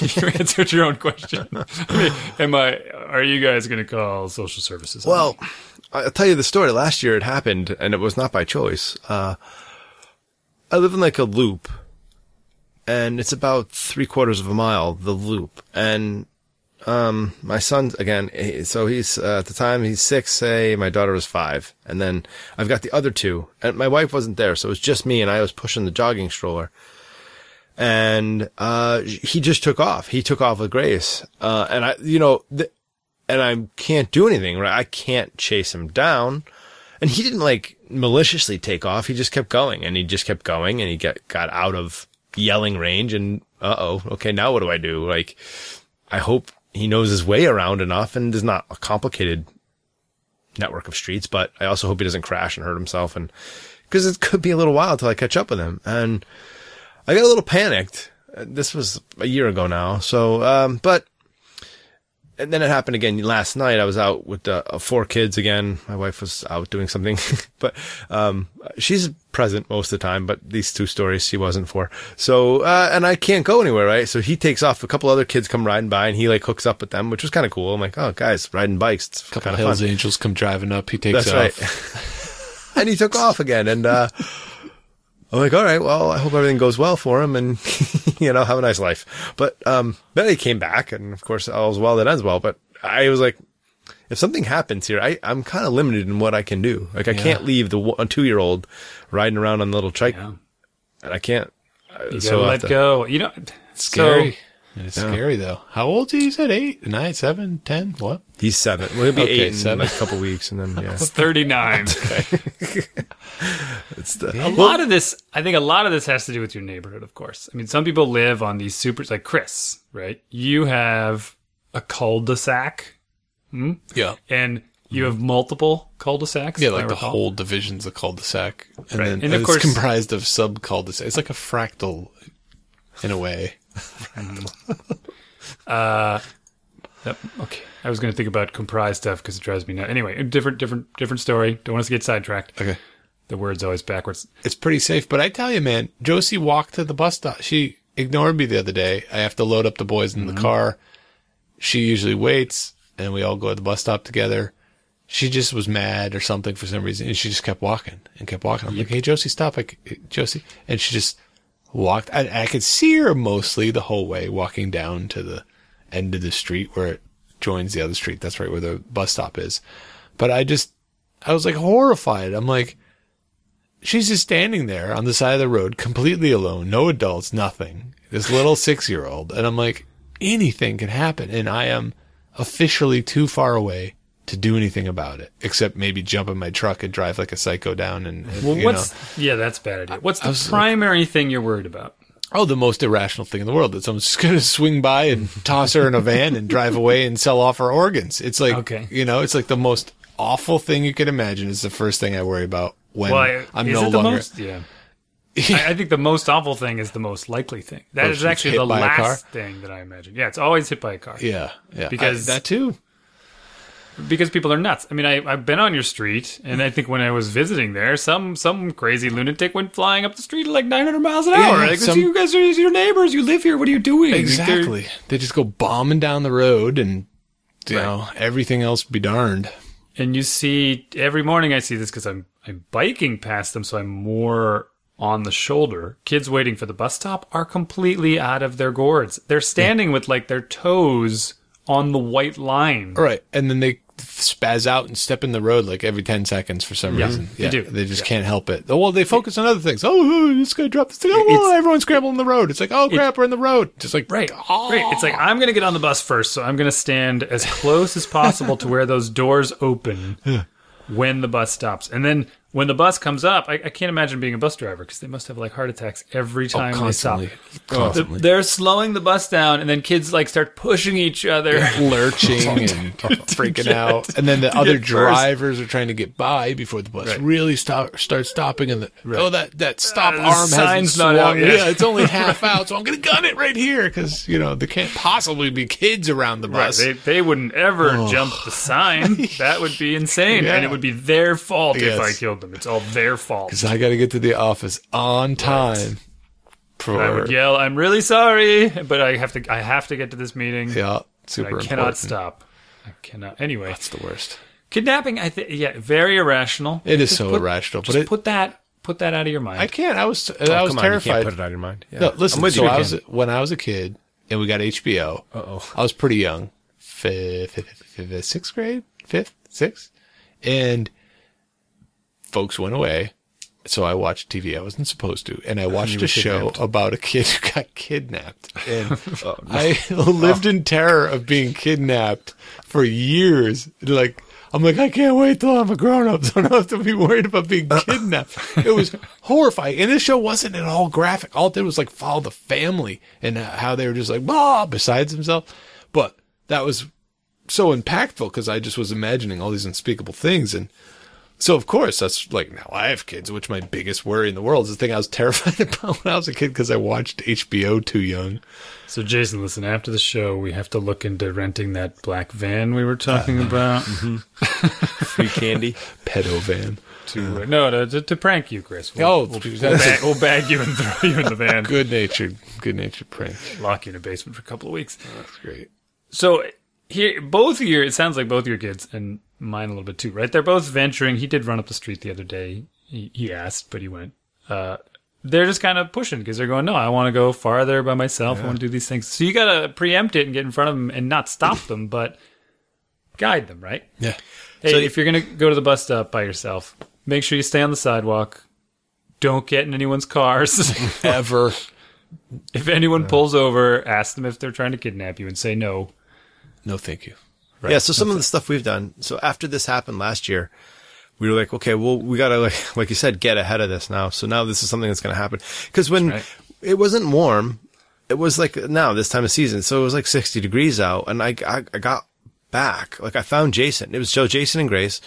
you answered your own question. I mean, am I? Are you guys going to call social services? on me? well, I'll tell you the story. Last year it happened and it was not by choice. Uh I live in like a loop and it's about 3 quarters of a mile the loop and um, my son again. he- So he's uh, at the time he's six. Say my daughter was five, and then I've got the other two, and my wife wasn't there, so it was just me, and I was pushing the jogging stroller. And uh, he just took off. He took off with grace, uh, and I, you know, th- and I can't do anything. Right, I can't chase him down. And he didn't like maliciously take off. He just kept going, and he just kept going, and he got got out of yelling range. And uh oh, okay, now what do I do? Like. I hope he knows his way around enough and is not a complicated network of streets, but I also hope he doesn't crash and hurt himself. And because it could be a little while till I catch up with him. And I got a little panicked. Uh, This was a year ago now. So, um, but, and then it happened again last night. I was out with uh, uh, four kids again. My wife was out doing something, but, um, she's present most of the time, but these two stories she wasn't for. So, uh, and I can't go anywhere, right? So he takes off. A couple other kids come riding by and he like hooks up with them, which was kind of cool. I'm like, oh, guys, riding bikes. It's couple kind of fun. Hells Angels come driving up. He takes That's off. right. and he took off again. And uh, I'm like, all right, well, I hope everything goes well for him. And you know, have a nice life. But, um, then he came back and of course all's well that ends well. But I was like, if something happens here, I, I'm kind of limited in what I can do. Like I can't leave the one, two year old riding around on the little trike Yeah. and I can't. You so gotta I have to- let go. You know, it's Scary. it's scary though. How old is he? You said eight, nine, seven, ten. What? He's seven. Well, he'll be Okay, eight in seven. like a couple weeks, and then yeah, It's 39. it's the a lot of this, I think a lot of this has to do with your neighborhood, of course. I mean, some people live on these super, like Chris, right? You have a cul-de-sac Yeah. and you have multiple cul-de-sacs. Mm-hmm. Yeah, if I like the recall. whole division's a cul-de-sac, and Right. then And of it's course- comprised of sub cul-de-sac. It's like a fractal, in a way. Yep. Okay. I was going to think about comprised stuff because it drives me nuts. Anyway, different, different, different story. Don't want us to get sidetracked. Okay, The word's always backwards. it's pretty safe. But I tell you, man, Josie walked to the bus stop. She ignored me the other day. I have to load up the boys in the car. She usually waits, and we all go to the bus stop together. She just was mad or something for some reason, and she just kept walking and kept walking. I'm like, "Hey, Josie, stop!" Like, Josie, and she just walked. I, I could see her mostly the whole way walking down to the end of the street where it joins the other street. That's right where the bus stop is. But I just, I was like horrified. I'm like, she's just standing there on the side of the road, completely alone, no adults, nothing. This little six year old. And I'm like, anything can happen. And I am officially too far away to do anything about it, except maybe jump in my truck and drive like a psycho down and, and, Well, you know. what's, yeah, that's a bad idea. What's the primary thing you're worried about? Oh, the most irrational thing in the world that someone's just going to swing by and toss her in a van and drive away and sell off her organs. It's like, Okay. you know, it's like the most awful thing you could imagine is the first thing I worry about when Well, I- I'm is no it the longer. most- yeah. I, I think the most awful thing is the most likely thing. That Oh, is so it's actually hit the by a last thing that I imagine. Yeah, it's always hit by a car Yeah, yeah. I- Because- that too. because people are nuts. I mean, I, I've been on your street, and I think when I was visiting there, some some crazy lunatic went flying up the street at like 900 miles an hour. yeah, like, some- you guys are your neighbors. You live here. What are you doing? Like, they're- Exactly. They just go bombing down the road and, you know, everything else be darned. and you see every morning I see this because I'm I'm biking past them, so I'm more on the shoulder. Kids waiting for the bus stop are completely out of their gourds. They're standing with like their toes on the white line. All right. And then they spaz out and step in the road like every 10 seconds for some Yeah, reason. they do. They just can't help it. Oh, Well, they focus on other things. Oh, oh, this guy dropped this thing. Oh, It's- well, everyone's scrambling on the road. It's like, oh, crap, we're in the road. Just like, Right, oh. right. It's like I'm gonna get on the bus first, so I'm gonna stand as close as possible to where those doors open when the bus stops, and then when the bus comes up, I, I can't imagine being a bus driver because they must have like heart attacks every time they stop. Oh, constantly. Constantly. They're slowing the bus down, and then kids like start pushing each other. lurching and freaking out. And then the other first. drivers are trying to get by before the bus really stop, start stopping. And the, oh, that, that stop Uh, the arm hasn't sign's not swung. out yet. Yeah, it's only half out, so I'm going to gun it right here because, you know, there can't possibly be kids around the Right, bus. They, they wouldn't ever jump the sign. That would be insane. Yeah. And it would be their fault if Yes. I killed them. It's all their fault. So I got to get to the office on time. For, I would yell, I'm really sorry, but I have to I have to get to this meeting. Yeah, super I important. cannot stop. I cannot. Anyway, It's the worst. kidnapping. I think yeah, very irrational. It is Just so put- irrational, but Just it, put that put that out of your mind. I can't. I was I Oh, was come On, you terrified. can't put it out of your mind. Yeah. No, listen. I'm with so you. I Ken. was when I was a kid, and we got HBO. Uh-oh. I was pretty young, fifth, fifth, fifth, sixth grade, fifth, sixth, and folks went away. So I watched TV. I wasn't supposed to, and I watched a show about a kid who got kidnapped, and I lived in terror of being kidnapped for years. Like I'm like I can't wait till I'm a grown up, so I don't have to be worried about being kidnapped. it was horrifying, and this show wasn't at all graphic. All it did was like follow the family and how they were just like bah besides themselves. But that was so impactful because I just was imagining all these unspeakable things and. So of course that's like now I have kids, which my biggest worry in the world is the thing I was terrified about when I was a kid because I watched HBO too young. So Jason, listen. After the show, we have to look into renting that black van we were talking Uh, about. free candy. pedo van. to, no, to, to, to prank you, Chris. We'll, Oh, we'll, geez, we'll that's a- bag, we'll bag you and throw you in the van, Good natured, good natured prank. lock you in a basement for a couple of weeks. That's great. So here, both of your it sounds like both of your kids and mine a little bit too, right? They're both venturing. He did run up the street the other day. He, he asked, but he went. Uh, they're just kind of pushing because they're going, no, I want to go farther by myself. I want to do these things. So you got to preempt it and get in front of them and not stop them, but guide them, right? Yeah. Hey, So- if you're going to go to the bus stop by yourself, make sure you stay on the sidewalk. Don't get in anyone's cars. Ever. if anyone pulls over, ask them if they're trying to kidnap you and say no. No, thank you. Yeah, so some of the stuff we've done. So after this happened last year, we were like, okay, well, we gotta like, like you said, get ahead of this now. So now this is something that's gonna happen because when right. it wasn't warm, it was like now this time of season. So it was like 60 degrees out, and I I, I got back. Like I found Jason. It was so Jason and Grace.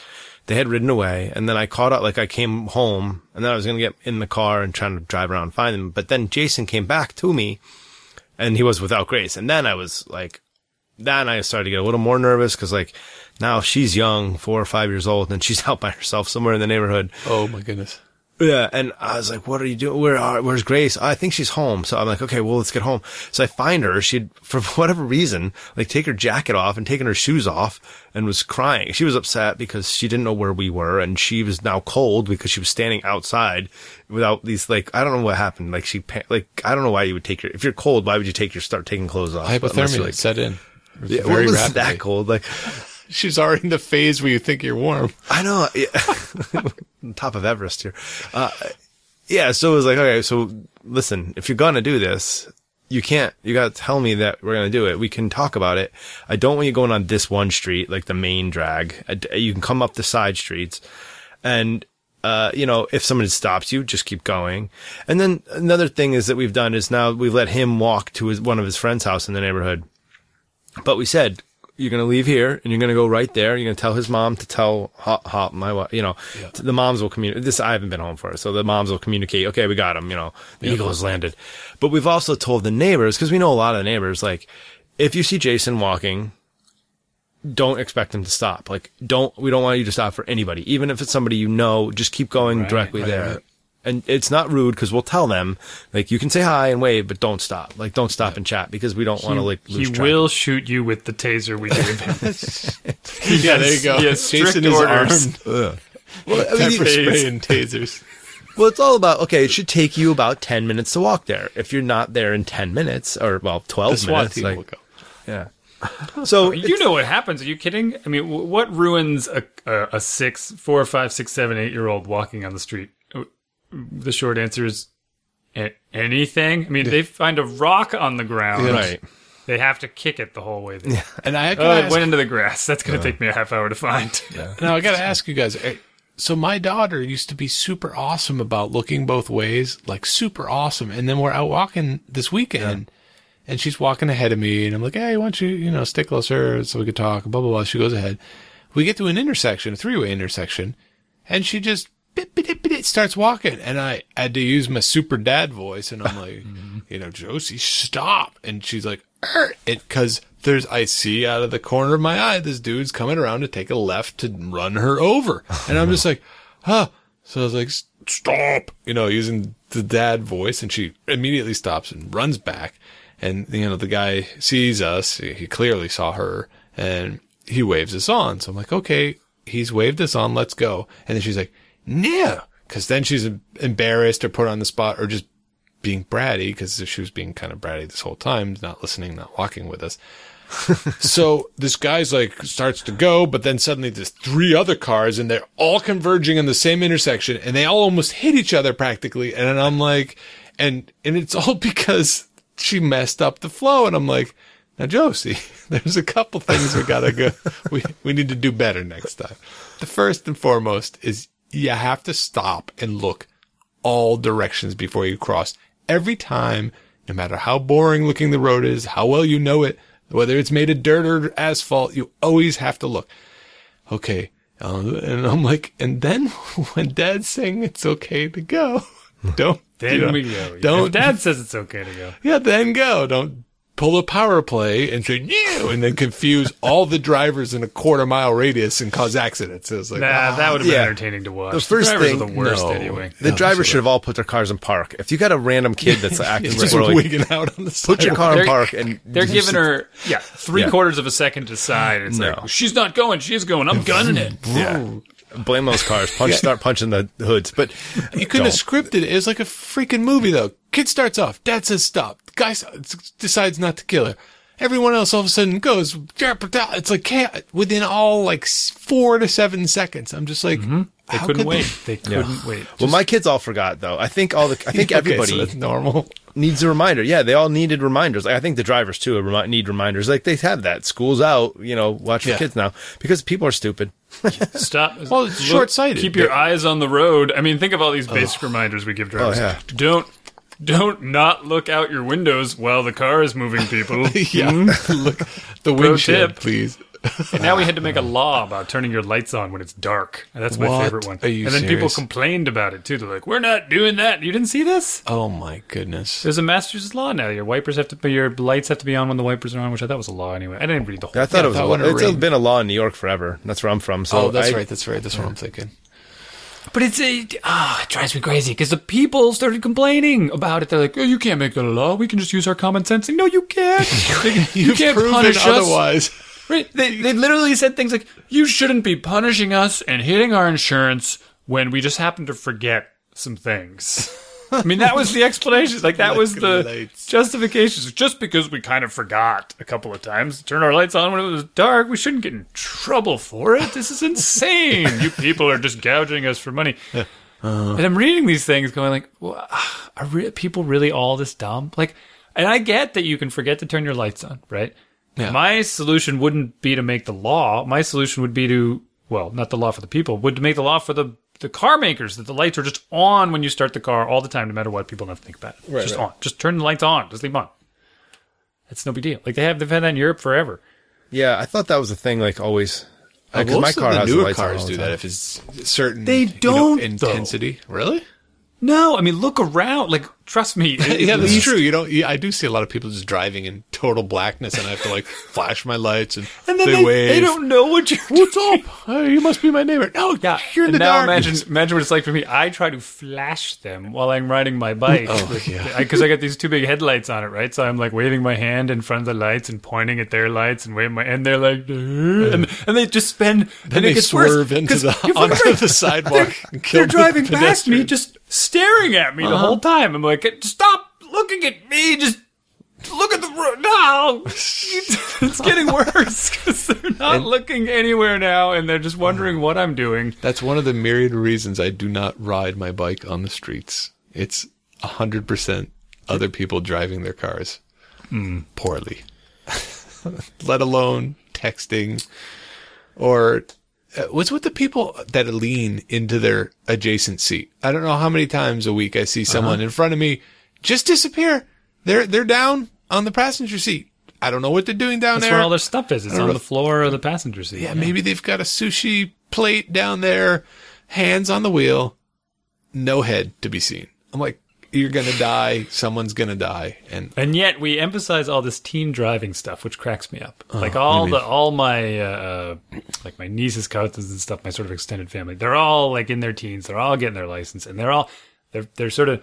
They had ridden away, and then I caught up. Like I came home, and then I was gonna get in the car and trying to drive around and find them. But then Jason came back to me, and he was without Grace. And then I was like, then I started to get a little more nervous because like now she's young, four or five years old, and she's out by herself somewhere in the neighborhood. Oh my goodness. Yeah, and I was like, "What are you doing? Where are? Where's Grace? I think she's home." So I'm like, "Okay, well, let's get home." So I find her. She'd, for whatever reason, like take her jacket off and taken her shoes off, and was crying. She was upset because she didn't know where we were, and she was now cold because she was standing outside without these. Like I don't know what happened. Like she, pa- like I don't know why you would take your. If you're cold, why would you take your start taking clothes off? But unless Hypothermia you're, Like, set in. yeah, what very was rapidly. that cold? Like She's already in the phase where you think you're warm. I know. Yeah. On top of Everest here. Uh, yeah. So it was like, okay, so listen, if you're going to do this, you can't, you got to tell me that we're going to do it. We can talk about it. I don't want you going on this one street, like the main drag. I d you can come up the side streets and, uh, you know, if somebody stops you, just keep going. And then another thing is that we've done is now we've let him walk to his, one of his friend's house in the neighborhood. But we said you're going to leave here and you're going to go right there. You're going to tell his mom to tell Hop, Hop my wife. You know, t- the moms will communicate. This I haven't been home for, so the moms will communicate. Okay, we got him. You know, the eagle has landed. But we've also told the neighbors because we know a lot of the neighbors. Like, if you see Jason walking, don't expect him to stop. Like, don't we don't want you to stop for anybody, even if it's somebody you know. Just keep going directly there. And it's not rude because we'll tell them, like, you can say hi and wave, but don't stop. Like, don't stop and chat because we don't want to, like, He lose track. will shoot you with the taser we gave him. Yeah, there you go. Yes, strict Jason is orders. armed. Well, I mean, Pepper you- spray and tasers. Well, it's all about okay. It should take you about ten minutes to walk there. If you're not there in ten minutes, or well, twelve The SWAT minutes, team like, will go. yeah. So you know what happens? Are you kidding? I mean, w- what ruins a, a, a six, four, five, six, seven, eight year old walking on the street? Oh, The short answer is a- anything. I mean, they find a rock on the ground. right? They have to kick it the whole way there. And I gotta Oh, it ask, went into the grass. That's going to take me a half hour to find. now I got to ask you guys. eh, So my daughter used to be super awesome about looking both ways, like super awesome. And then we're out walking this weekend, and she's walking ahead of me, and I'm like, "Hey, why don't you, you know, stay closer so we could talk?" Blah blah blah. She goes ahead. We get to an intersection, a three-way intersection, and she just bit, bit, bit, bit, bit, starts walking, and I had to use my super dad voice, and I'm like, you know, Josie, stop, and she's like, "Er," it because there's I see out of the corner of my eye this dude's coming around to take a left to run her over, and I'm just like, huh. So I was like, "S- stop, you know, using the dad voice, and she immediately stops and runs back, and you know the guy sees us, he clearly saw her, and he waves us on. So I'm like, okay, he's waved us on, let's go, and then she's like, no, because then she's embarrassed or put on the spot or just being bratty because she was being kind of bratty this whole time, not listening, not walking with us. so this guy's like starts to go, but then suddenly there's three other cars and they're all converging in the same intersection and they all almost hit each other practically. And I'm like, and, and it's all because she messed up the flow. And I'm like, now Josie, there's a couple things we gotta go. We, we need to do better next time. The first and foremost is you have to stop and look all directions before you cross. Every time, no matter how boring looking the road is, how well you know it, whether it's made of dirt or asphalt, you always have to look. Okay. Uh, and I'm like, and then when dad's saying it's okay to go, don't, Then you know, we go. Don't- If Dad says it's okay to go. yeah, then go. Don't pull a power play and say new and then confuse all the drivers in a quarter mile radius and cause accidents. It's like, Nah, ah, that would have been yeah. entertaining to watch. The first drivers are thing- the worst no. anyway. The drivers should have all put their cars in park. If you got a random kid that's acting it's just squirrely, wigging out on the put your sidewalk. car in They're- park. And They're giving her yeah three Yeah. quarters of a second to decide. It's No. like she's not going, she's going. I'm gunning it. yeah. blame those cars. Punch, start punching the hoods. But You couldn't have scripted it. It was like a freaking movie, though. Kid starts off. Dad says stop. The guy s- decides not to kill her. Everyone else all of a sudden goes. "Jap- da-" It's like chaos. within all like s- four to seven seconds. I'm just like, They how couldn't could wait. They couldn't wait. well, my kids all forgot though. I think all the I think Okay, so everybody that's normal. needs a reminder. Yeah, they all needed reminders. Like, I think the drivers too remi- need reminders. Like they have that. School's out. You know, watch Yeah. your kids now because people are stupid. Stop. Well, it's short-sighted. Keep your eyes on the road. I mean, think of all these basic reminders we give drivers. Oh, yeah. Don't don't not look out your windows while the car is moving, people. Yeah, look the tip. windshield, please. And now we had to make a law about turning your lights on when it's dark. And that's my What? favorite one. Are you and then people serious? complained about it too. They're like, "We're not doing that. You didn't see this? Oh my goodness. There's a master's law now. Your wipers have to be your lights have to be on when the wipers are on, which I thought was a law anyway. I didn't read the whole. I thought Yeah, it was. that A, one law- it's ring. been a law in New York forever. That's where I'm from. So Oh, that's I- right. That's right. That's what I'm thinking. But it's a, ah, it drives me crazy because the people started complaining about it. They're like, oh, you can't make that a law. We can just use our common sense. Like, no, you can't. Like, you can't Proven punish us. otherwise. Right? They, they literally said things like, you shouldn't be punishing us and hitting our insurance when we just happen to forget some things. I mean, that was the explanation. Like, that was the lights. justification. Just because we kind of forgot a couple of times to turn our lights on when it was dark, we shouldn't get in trouble for it. This is insane. you people are just gouging us for money. And I'm reading these things going like, well, ah, are re- people really all this dumb? Like, and I get that you can forget to turn your lights on, right? Yeah. My solution wouldn't be to make the law. My solution would be to, well, not the law for the people, would to make the law for the, the car makers that the lights are just on when you start the car all the time, no matter what. People don't have to think about it. just on. Just turn the lights on. Just leave them on. It's no big deal. Like they have, they've had that in Europe forever. Yeah, I thought that was a thing. Like always, because Uh, my Most car of has the the newer lights on cars all the do time. that if it's certain They you know, don't, though. intensity. Really? No, I mean, look around. Like, trust me. yeah, that's true. You know, yeah, I do see a lot of people just driving in total blackness, and I have to like flash my lights, and, And then they, they, wave. they don't know what you're What's up? Oh, you must be my neighbor. No, Yeah, you're in and the now dark. imagine imagine what it's like for me. I try to flash them while I'm riding my bike. Oh, yeah. Because I got these two big headlights on it, right? So I'm like waving my hand in front of the lights and pointing at their lights and waving my and they're like, "Duh," and, and they just spend. Then and it they gets swerve worse, into 'cause the you're onto right. the sidewalk. and kill They're the driving past me, pedestrian. Uh-huh. just staring at me the whole time. I'm like, stop looking at me. Just look at the road. No, it's getting worse because they're not looking anywhere now, and they're just wondering what I'm doing. That's one of the myriad reasons I do not ride my bike on the streets. It's hundred percent other people driving their cars Mm. poorly, let alone texting or uh, what's with the people that lean into their adjacent seat. I don't know how many times a week I see Uh-huh. someone in front of me just disappear. They're they're down on the passenger seat. I don't know what they're doing down That's there. where all their stuff is. It's on the floor or the passenger seat. Yeah, maybe they've got a sushi plate down there, hands on the wheel, no head to be seen. I'm like, you're gonna die. Someone's gonna die. And And yet we emphasize all this teen driving stuff, which cracks me up. like all the all my uh, like my nieces, cousins, and stuff. My sort of extended family. They're all like in their teens. They're all getting their license, and they're all they're they're sort of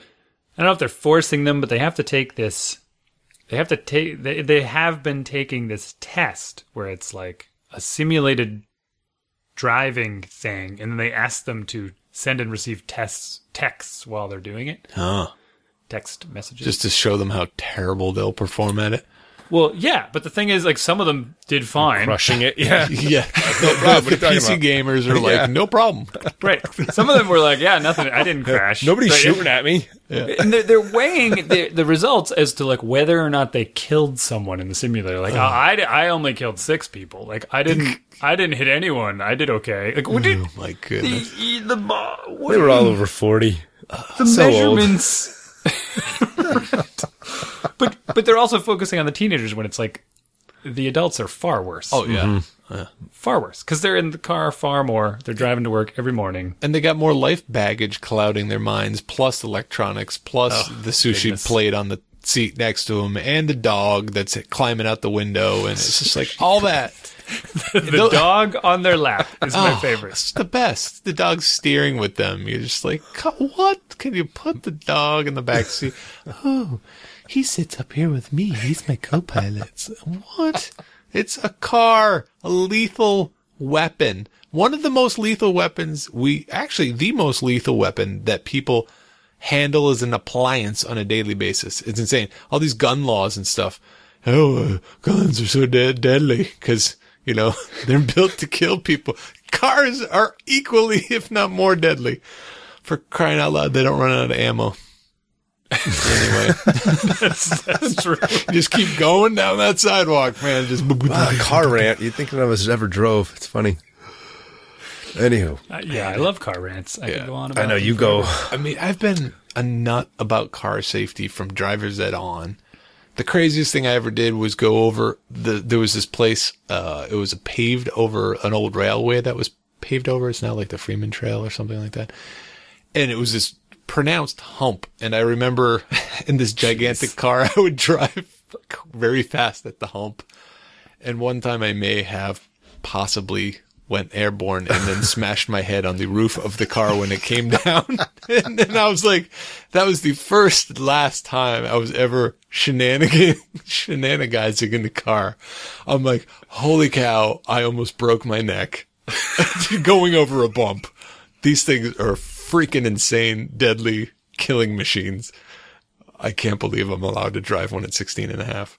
I don't know if they're forcing them, but they have to take this. They have to take. They they have been taking this test where it's like a simulated driving thing, and then they ask them to send and receive tests texts while they're doing it. Text messages. just to show them how terrible they'll perform at it. Well, yeah, but the thing is, like, some of them did fine. Rushing it, yeah. Yeah, no problem. What are you the talking PC about? gamers are like, no problem. Right. Some of them were like, yeah, nothing. I didn't crash. Nobody's But- shooting at me. And they're, they're weighing the, the results as to, like, whether or not they killed someone in the simulator. Like, I, I, I only killed six people. Like, I didn't, I didn't hit anyone. I did okay. Like, what did Oh my goodness. the, the, mo- They what were all over forty. the so old. measurements? but, but they're also focusing on the teenagers when it's like, the adults are far worse. Oh yeah, far worse because they're in the car far more. They're driving to work every morning. and they got more life baggage clouding their minds, plus electronics, plus Oh, the sushi plate on the seat next to them, and the dog that's climbing out the window, and it's just like all that. The dog on their lap is my favorite. It's the best. The dog's steering with them. You're just like, "Co- what? Can you put the dog in the back seat? oh, he sits up here with me. He's my co-pilot. what? It's a car, a lethal weapon, one of the most lethal weapons we actually the most lethal weapon that people handle as an appliance on a daily basis. It's insane. All these gun laws and stuff. Oh, uh, guns are so dead, deadly because you know they're built to kill people. Cars are equally, if not more, deadly. For crying out loud, they don't run out of ammo. anyway, That's, that's true. just keep going down that sidewalk, man. Just Ah, car rant. You'd think none of us ever drove. It's funny. Anywho, Uh, yeah, I love car rants. I Yeah. can go on about I know them you go. I mean, I've been a nut about car safety from driver's ed on. The craziest thing I ever did was go over the, there was this place, uh, it was a paved over an old railway that was paved over. It's now like the Freeman Trail or something like that. And it was this pronounced hump. And I remember in this gigantic car, I would drive very fast at the hump. And one time I may have possibly went airborne and then smashed my head on the roof of the car when it came down. and then I was like, that was the first and last time I was ever shenanigan, shenanigizing in the car. I'm like, holy cow, I almost broke my neck going over a bump. These things are freaking insane, deadly killing machines. I can't believe I'm allowed to drive one at 16 and a half.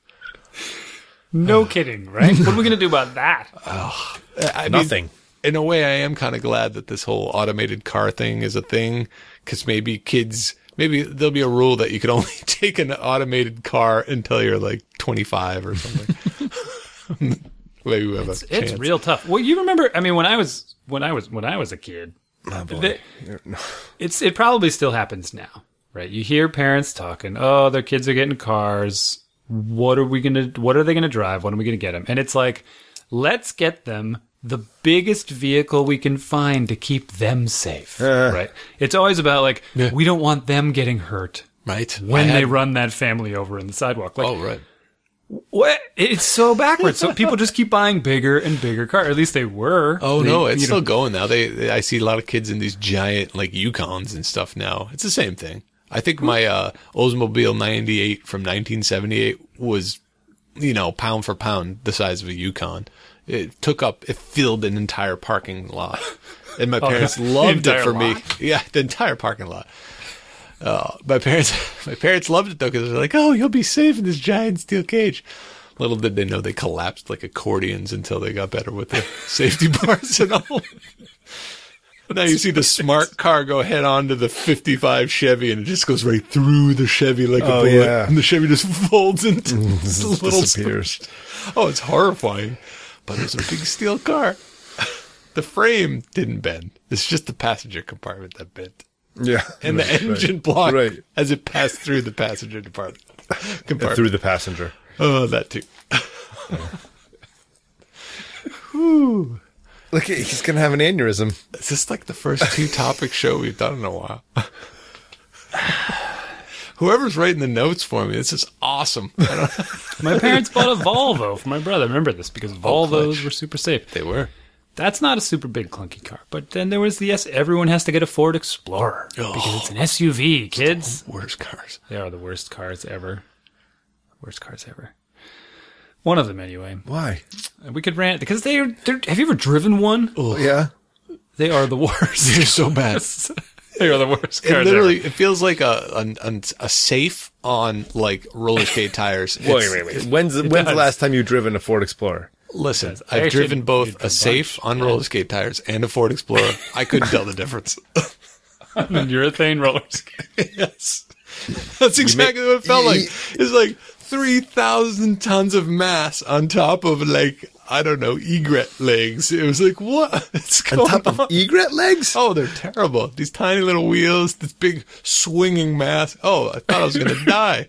No kidding, right? what are we gonna do about that? Uh, I mean, Nothing. in a way, I am kind of glad that this whole automated car thing is a thing because maybe kids, maybe there'll be a rule that you can only take an automated car until you're like 25 or something. maybe we have a chance. It's real tough. Well, you remember? I mean, when I was when I was when I was a kid, Oh, boy. the- it's it probably still happens now, right? You hear parents talking, "Oh, their kids are getting cars. What are we gonna? What are they gonna drive? When are we gonna get them?" And it's like, let's get them the biggest vehicle we can find to keep them safe, Uh. right? It's always about like we don't want them getting hurt right? when I they had- run that family over in the sidewalk. Like, Oh, right. what? It's so backwards. so people just keep buying bigger and bigger cars. At least they were. Oh They- no, it's you know, still going now. They, they- I see a lot of kids in these giant like Yukons and stuff now. It's the same thing. I think my uh, Oldsmobile 98 from 1978 was, you know, pound for pound the size of a Yukon. It took up, it filled an entire parking lot, and my parents Oh, the loved it entire for me. lot? Yeah, the entire parking lot. Uh, my parents, my parents loved it though because they're like, "Oh, you'll be safe in this giant steel cage." Little did they know they collapsed like accordions until they got better with the safety bars and all. now you see the smart car go head on to the '55 Chevy, and it just goes right through the Chevy like a Oh, bullet, yeah. Mm, and the Chevy just folds into this little. disappears. Oh, it's horrifying, but it's a big steel car. the frame didn't bend; it's just the passenger compartment that bent Yeah, and the Right, right. engine block Right. as it passed through the passenger department. compartment. through the passenger. oh, that too. Look, he's gonna have an aneurysm. Is this like the first two topic show we've done in a while? Whoever's writing the notes for me, this is awesome. I don't My parents bought a Volvo for my brother. I remember this because Oh, Volvos were super safe. they were. That's not a super big clunky car. But then there was the S. Everyone has to get a Ford Explorer Oh. because it's an SUV. Kids, Worst cars. they are the worst cars ever. Worst cars ever. One of them, anyway. Why? We could rant because they are. they're- Have you ever driven one? Oh. Yeah. They are the worst. They're so bad. they are the worst It cars literally, it feels like a, an an a safe on like roller skate tires. It's- Wait, wait, wait. When's when's the does. last time you driven a Ford Explorer? Listen, I I've actually driven both did a a safe on roller skate tires and a Ford Explorer. I couldn't tell the difference. ever. And urethane rollers. yes. That's exactly what it felt like. It's like 3,000 tons of mass on top of like, I don't know, egret legs. It was like, what? It's On going top of on? egret legs? Oh, they're terrible. These tiny little wheels, this big swinging mass. Oh, I thought I was going to die.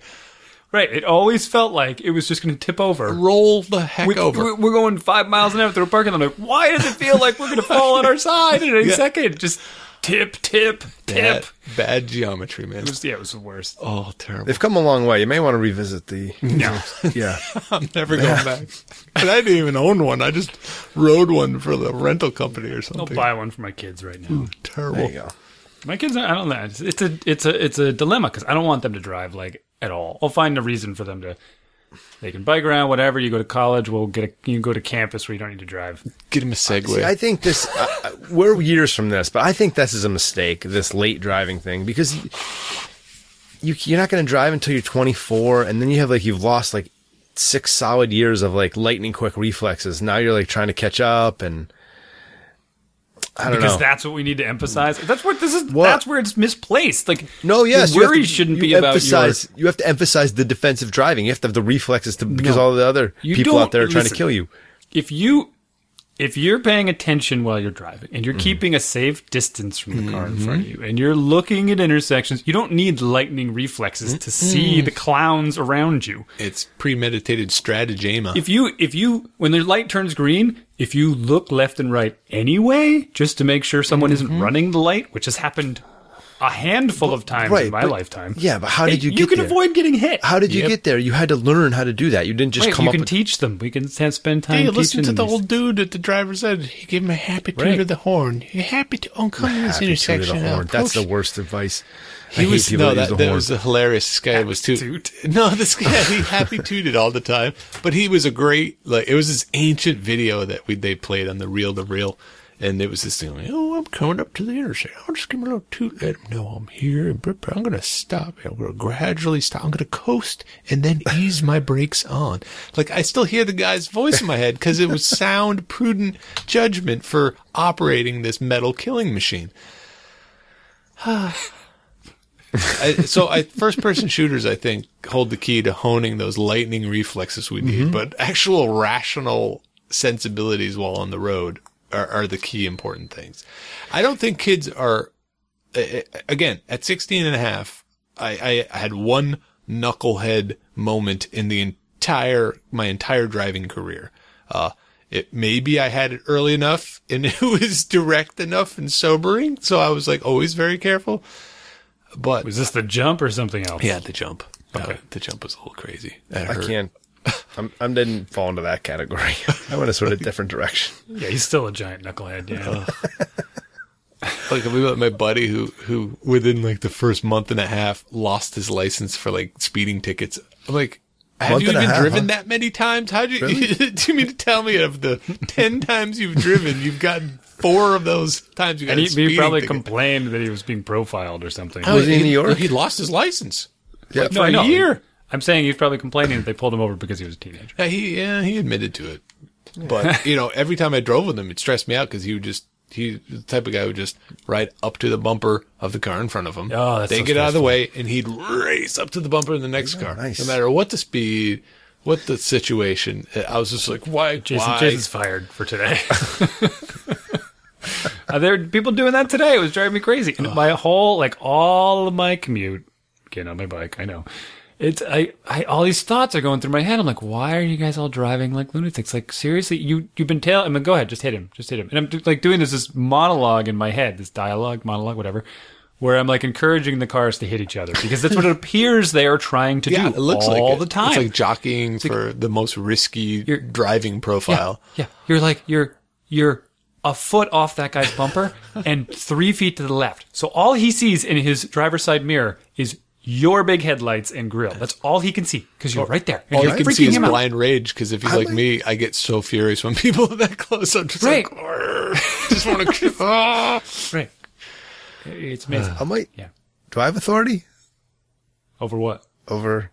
Right. It always felt like it was just going to tip over. Roll the heck We, over. We're going five miles an hour through a parking lot. I'm like, why does it feel like we're going to fall on our side in any Yeah. second? Just tip, tip, bad, tip. bad geometry, man. It was, yeah, it was the worst. Oh, terrible. They've come a long way. You may want to revisit the. No. Yeah. I'm never going back. And I didn't even own one. I just rode one for the rental company or I'll something. buy one for my kids right now. Hmm. Terrible. There you go. My kids, are, I don't know. It's, it's a, it's a, it's a dilemma because I don't want them to drive like at all. I'll find a reason for them to They can bike around, whatever. You go to college, we'll get a, you can go to campus where you don't need to drive. Get him a Segway. See, I think this. I I- we're years from this, but I think this is a mistake. This late driving thing because you, you you're not going to drive until you're 24, and then you have like you've lost like six solid years of like lightning quick reflexes. Now you're like trying to catch up, and I don't because know. that's what we need to emphasize. That's what this is. What? That's where it's misplaced. Like no, yes, your you have worries to- shouldn't you be about your. emphasize, You have to emphasize the defensive driving. You have to have the reflexes to because No. all the other You people out don't- there are trying listen. to kill you. If you if you're paying attention while you're driving and Mm-hmm. you're keeping a safe distance from the car in front of you and you're looking at intersections, you don't need lightning reflexes to see the clowns around you. it's premeditated stratagema. if you if you when the light turns green, if you look left and right anyway, just to make sure someone Mm-hmm. isn't running the light, which has happened a handful of times in right, my but- lifetime. yeah, but how did it- you You get can there? avoid getting hit. How did you Yep. get there? You had to learn how to do that. You didn't just Right, come you up can with teach them. We can s- spend time Hey, teaching listen to them the these- old dude at the driver's end. He gave him a happy tune Right. to the horn. You're happy to oh, come in this Happy tune to the intersection. I'll horn. That's the approach. worst advice. I He hate was people no, that, use that, the that horn. was a hilarious this guy. was too Happy no, this guy he happy tooted all the time. But he was a great like it was this ancient video that we they played on the reel to reel, and it was this thing like, oh, I'm coming up to the intersection. I'll just give him a little toot, let him know I'm here. But but I'm gonna stop. I'm gonna gradually stop. I'm gonna coast and then ease my brakes on. Like I still hear the guy's voice in my head because it was sound, prudent judgment for operating this metal killing machine. I, so I first person shooters I think hold the key to honing those lightning reflexes we need, but actual rational sensibilities while on the road are, are the key important things. I don't think kids are uh, again at 16 and a half I, I had one knucklehead moment in the entire my entire driving career uh it maybe i had it early enough and it was direct enough and sobering so i was like always very careful but Was this the jump or something else? yeah, the jump. Uh, the jump was a little crazy. That I hurt. can't. I'm, I didn't fall into that category. I went a sort of different direction. Yeah, he's still a giant knucklehead. Yeah. Like we met my buddy who who within like the first month and a half lost his license for like speeding tickets. I'm like, have Month you and a even half, driven huh? that many times? How do you do you mean to tell me of the ten times you've driven, you've gotten four of those times you got and a he, he speeding probably ticket? complained that he was being profiled or something. No, Was he in New York? He lost his license. Yeah, No, for I a know. year. I'm saying he's probably complaining that they pulled him over because he was a teenager. Yeah, he yeah, he admitted to it. But you know, every time I drove with him, it stressed me out because he would just he the type of guy who would just ride up to the bumper of the car in front of him. Oh, that's they so get out of the way, and he'd race up to the bumper of the next car, nice. no matter what the speed, what the situation. I was just like, why, Jason, why? Jason's fired for today. Are there people doing that today? It was driving me crazy. And my whole, like, all of my commute, getting on my bike, I know. It's I, I all these thoughts are going through my head. I'm like, why are you guys all driving like lunatics? Like seriously, you you've been telling. I'm like, go ahead, just hit him, just hit him. And I'm do- like doing this this monologue in my head, this dialogue, monologue, whatever, where I'm like encouraging the cars to hit each other because that's what it appears they are trying to Yeah, do it looks all like it. the time. It's like jockeying for the most risky driving profile. Yeah, you're like you're you're a foot off that guy's bumper and three feet to the left. So all he sees in his driver's side mirror is your big headlights and grill. That's all he can see because you're right there. And All you're you can freaking see is him out. blind rage because if he's like like- me, I get so furious when people are that close. I'm just Right. like, "Arr," just want to. ah. Right. It's amazing. I might. yeah. Do I have authority Over what? over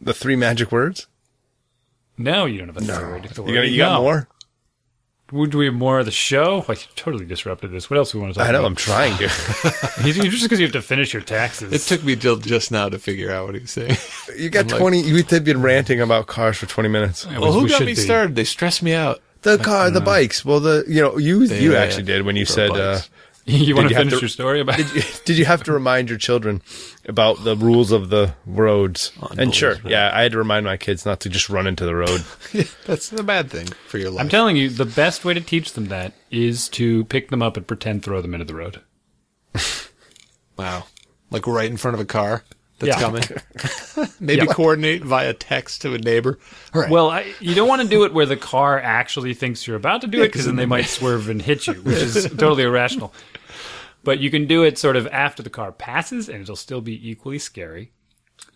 the three magic words? No, you don't have a third. You got, you got No. more? Would we have more of the show? I totally disrupted this. What else we want to talk I know. I'm about? trying to. He's- Just because you have to finish your taxes. It took me till just now to figure out what he was saying. You got like- 20. you have been ranting about cars for 20 minutes. well, who we got should me be. started? They stressed me out. The car, the bikes. Well, the you know you you yeah, actually yeah. did when you For said. Uh, bikes. You want Did to you have finish to- your story about did you have to remind your children about the rules of the roads? And sure, Unbelievable. yeah, I had to remind my kids not to just run into the road. That's the bad thing for your life. I'm telling you, the best way to teach them that is to pick them up and pretend throw them into the road. wow. Like right in front of a car that's Yeah. coming. Maybe Yeah. coordinate via text to a neighbor. All right. Well, I, you don't want to do it where the car actually thinks you're about to do it because then they might swerve and hit you, which is totally irrational. But you can do it sort of after the car passes, and it'll still be equally scary.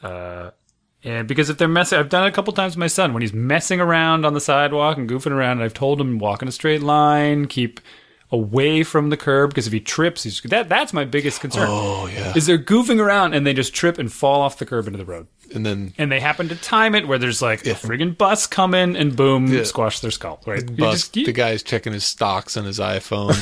Uh, And because if they're messing, I've done it a couple times with my son when he's messing around on the sidewalk and goofing around. And I've told him walk in a straight line, keep away from the curb because if he trips, he's that. That's my biggest concern. Oh yeah. Is they're goofing around and they just trip and fall off the curb into the road, And then and they happen to time it where there's like a friggin' bus coming and boom, squash their skull. Right? You bust, just- you- the guy's checking his stocks on his iPhone.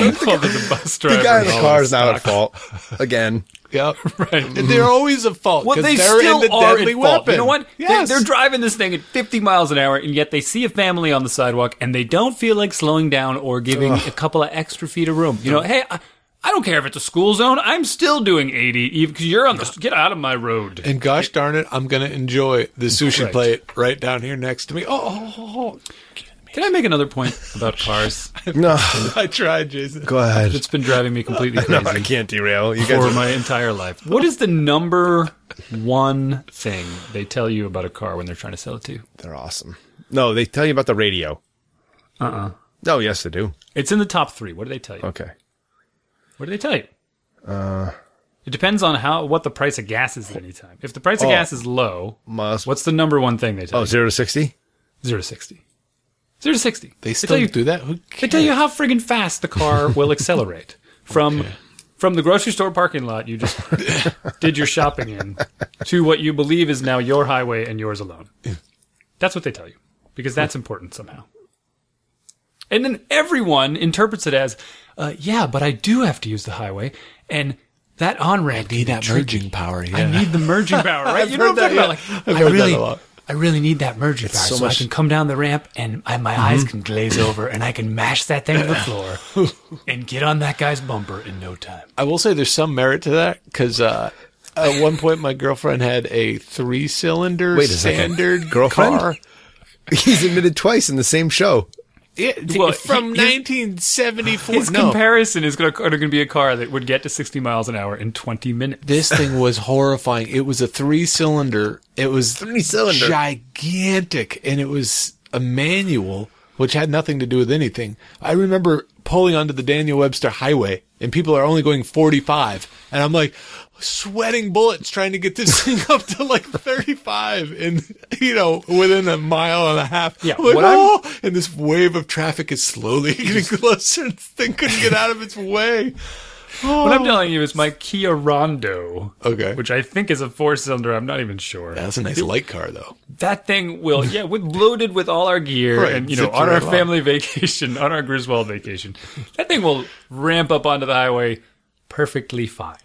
don't call them the bus driver. The guy in the Oh, car is not at fault. Again. yep. And they're always at fault. Well, 'cause they they're still in the are deadly at weapon. fault. You know what? They- Yes. They're, driving this thing at 50 miles an hour, and yet they see a family on the sidewalk, and they don't feel like slowing down or giving a couple of extra feet of room. You know, hey, I, I don't care if it's a school zone. I'm still doing 80 because you're on the get out of my road. and gosh darn it, I'm gonna enjoy the sushi Right. plate right down here next to me. Oh, oh, oh, Can I make another point about cars No. oh. I tried, Jason. Go ahead. that's been driving me completely No, crazy I can't derail. You guys for are my entire life? What is the number one thing they tell you about a car when they're trying to sell it to you? They're awesome. No, they tell you about the radio. Uh uh No, yes, they do. It's in the top three. What do they tell you? Okay. What do they tell you? Uh, it depends on how what the price of gas is at any time. If the price of Oh. gas is low, Miles. what's the number one thing they tell Oh, you? zero to 60? Zero to sixty. Zero to sixty. They still tell you, do that. Who They tell you how friggin' fast the car will accelerate from from the grocery store parking lot you just did your shopping in to what you believe is now your highway and yours alone. That's what they tell you because that's important somehow. And then everyone interprets it as, uh, yeah, but I do have to use the highway and that on ramp need that merging power. Yeah. I need the merging power, right? you know heard what I'm talking that, about? yeah. Like, I've I heard that really, a lot. I really need that merging power so, so I much- can come down the ramp and I, Mm-hmm. my eyes can glaze over and I can mash that thing to the floor and get on that guy's bumper in no time. I will say there's some merit to that because uh, at one point my girlfriend had a three-cylinder Wait a second. standard Girlfriend? car. He's admitted twice in the same show. It, Well, from he- his- 1974. His no, comparison is going to be a car that would get to 60 miles an hour in 20 minutes. this thing was horrifying. It was a three-cylinder. It was Three-cylinder. gigantic, and it was a manual, which had nothing to do with anything. I remember pulling onto the Daniel Webster Highway, and people are only going 45, and I'm like. Sweating bullets trying to get this thing up to like 35 and you know, within a mile and a half. Yeah, Like, what I'm- "Oh!" and this wave of traffic is slowly getting closer. and This thing couldn't get out of its way. What Oh. I'm telling you is my Kia Rondo, Okay. which I think is a four cylinder. I'm not even sure. That's a nice light car, though. that thing will yeah with loaded with all our gear Right, and you know zipped on right our along. family vacation on our griswold vacation that thing will ramp up onto the highway perfectly fine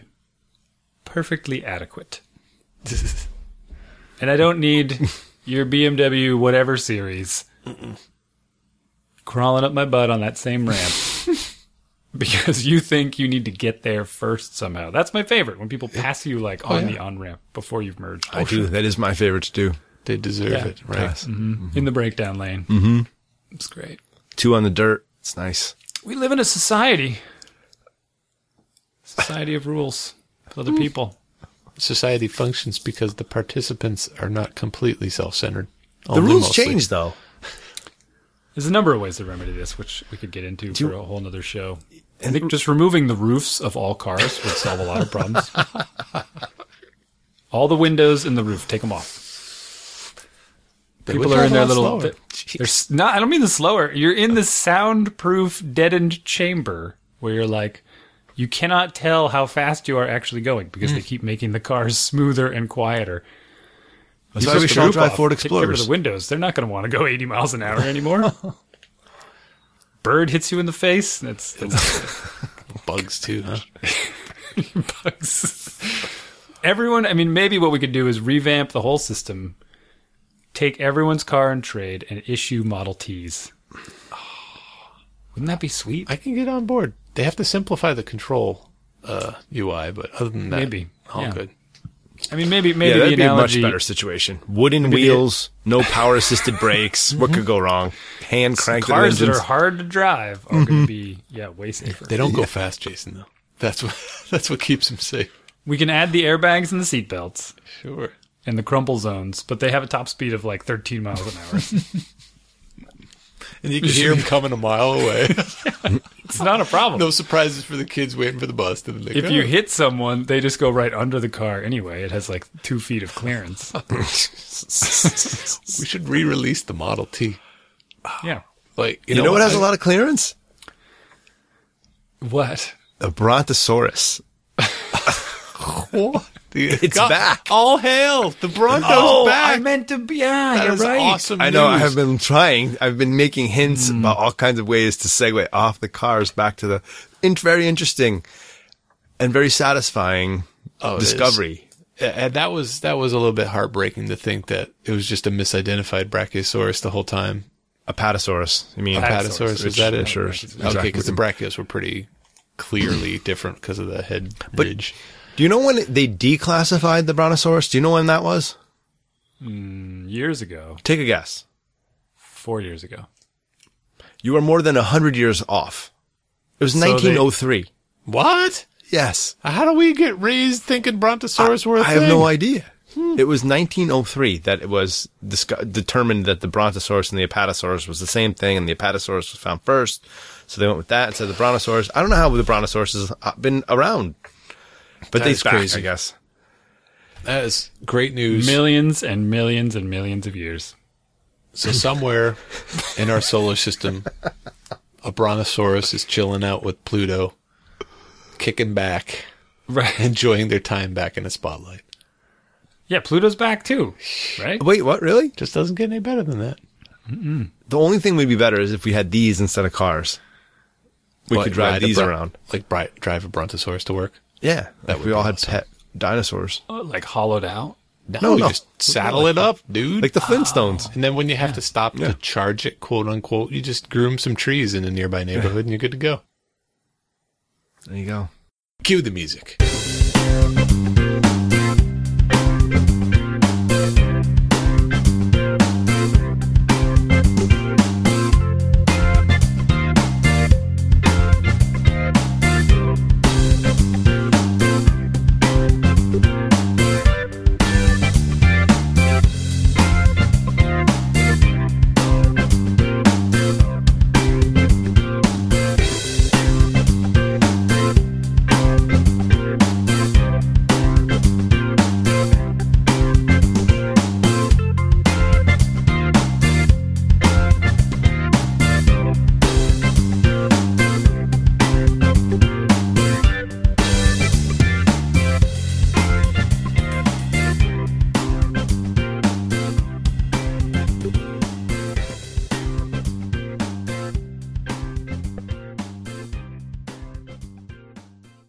perfectly adequate and i don't need your bmw whatever series crawling up my butt on that same ramp because you think you need to get there first somehow that's my favorite when people pass you like Oh, on the on ramp before you've merged I do. That is my favorite to do. They deserve it, right? Mm-hmm. in the breakdown lane. Mm-hmm. It's great. Two on the dirt. It's nice. We live in a society, society of rules for the people. Society functions because the participants are not completely self-centered. The rules change, though. There's a number of ways to remedy this, which we could get into for a whole nother show. I think just removing the roofs of all cars would solve a lot of problems. all the windows and the roof, take them off. People would are in their travel a lot little. slower. They're s- not. I don't mean the slower. You're in the soundproof, deadened chamber where you're like, you cannot tell how fast you are actually going because Mm. they keep making the cars smoother and quieter. That's You why we took the should all roof drive off, Ford take care of Explorers. the windows. They're not going to want to go 80 miles an hour anymore. Bird hits you in the face. That's, that's Bugs too. Huh? bugs. Everyone, I mean, maybe what we could do is revamp the whole system, take everyone's car and trade, and issue Model Ts. Wouldn't that be sweet? I can get on board. They have to simplify the control uh, UI, but other than that, Maybe, all yeah. good. I mean, maybe maybe Yeah, the that'd be a much analogy. better situation. Wooden wheels, no power assisted brakes. What could go wrong? Hand cranked cars that engines. Mm-hmm. are hard to drive are going to be yeah way safer. They don't go fast, Jason. Though that's what that's what keeps them safe. We can add the airbags and the seatbelts. Sure. and the crumple zones, but they have a top speed of like 13 miles an hour. and you can hear them coming a mile away. It's not a problem. no surprises for the kids waiting for the bus. To like, if you "Oh." hit someone, they just go right under the car anyway. It has like two feet of clearance. we should re-release the Model T. yeah. Like You know, what has a lot of clearance? What? A brontosaurus. What? It's back. Oh, All hail the Broncos Oh, back. meant to be. Yeah, that is awesome. I know. I news. have been trying. I've been making Hmm. hints about all kinds of ways to segue off the cars back to the in- very interesting and very satisfying Oh, it is. discovery. and uh, that was that was a little bit heartbreaking to think that it was just a misidentified brachiosaurus the whole time. Apatosaurus. I mean, Apatosaurus was that it? Sure. Okay, Exactly. because the brachios were pretty clearly different because of the head ridge. Do you know when they declassified the brontosaurus? Do you know when that was? Years ago, Take a guess. four years ago. You are more than 100 years off. It was they- 1903. What? yes. How do we get raised thinking brontosaurus were a I thing? have no idea. It was 1903 that it was disco- determined that the Brontosaurus and the Apatosaurus was the same thing, and the Apatosaurus was found first. So they went with that instead of the Brontosaurus. I don't know how the Brontosaurus has uh, been around, but That they is back, crazy. I guess. That is great news. Millions and millions and millions of years. so somewhere in our solar system, a brontosaurus is chilling out with Pluto, kicking back, Right. enjoying their time back in the spotlight. Yeah, Pluto's back too. Right? Wait, what? Really? Just doesn't get any better than that. The only thing would be better is if we had these instead of cars. We Like, could drive ride a these bron- around. Like bri- drive a brontosaurus to work. Yeah, if would we be all had awesome. pet dinosaurs, Oh, like hollowed out. No, we no. just saddle it up, dude. like the Flintstones. and then when you have to stop to charge it, quote unquote, you just groom some trees in a nearby neighborhood and you're good to go. There you go. Cue the music.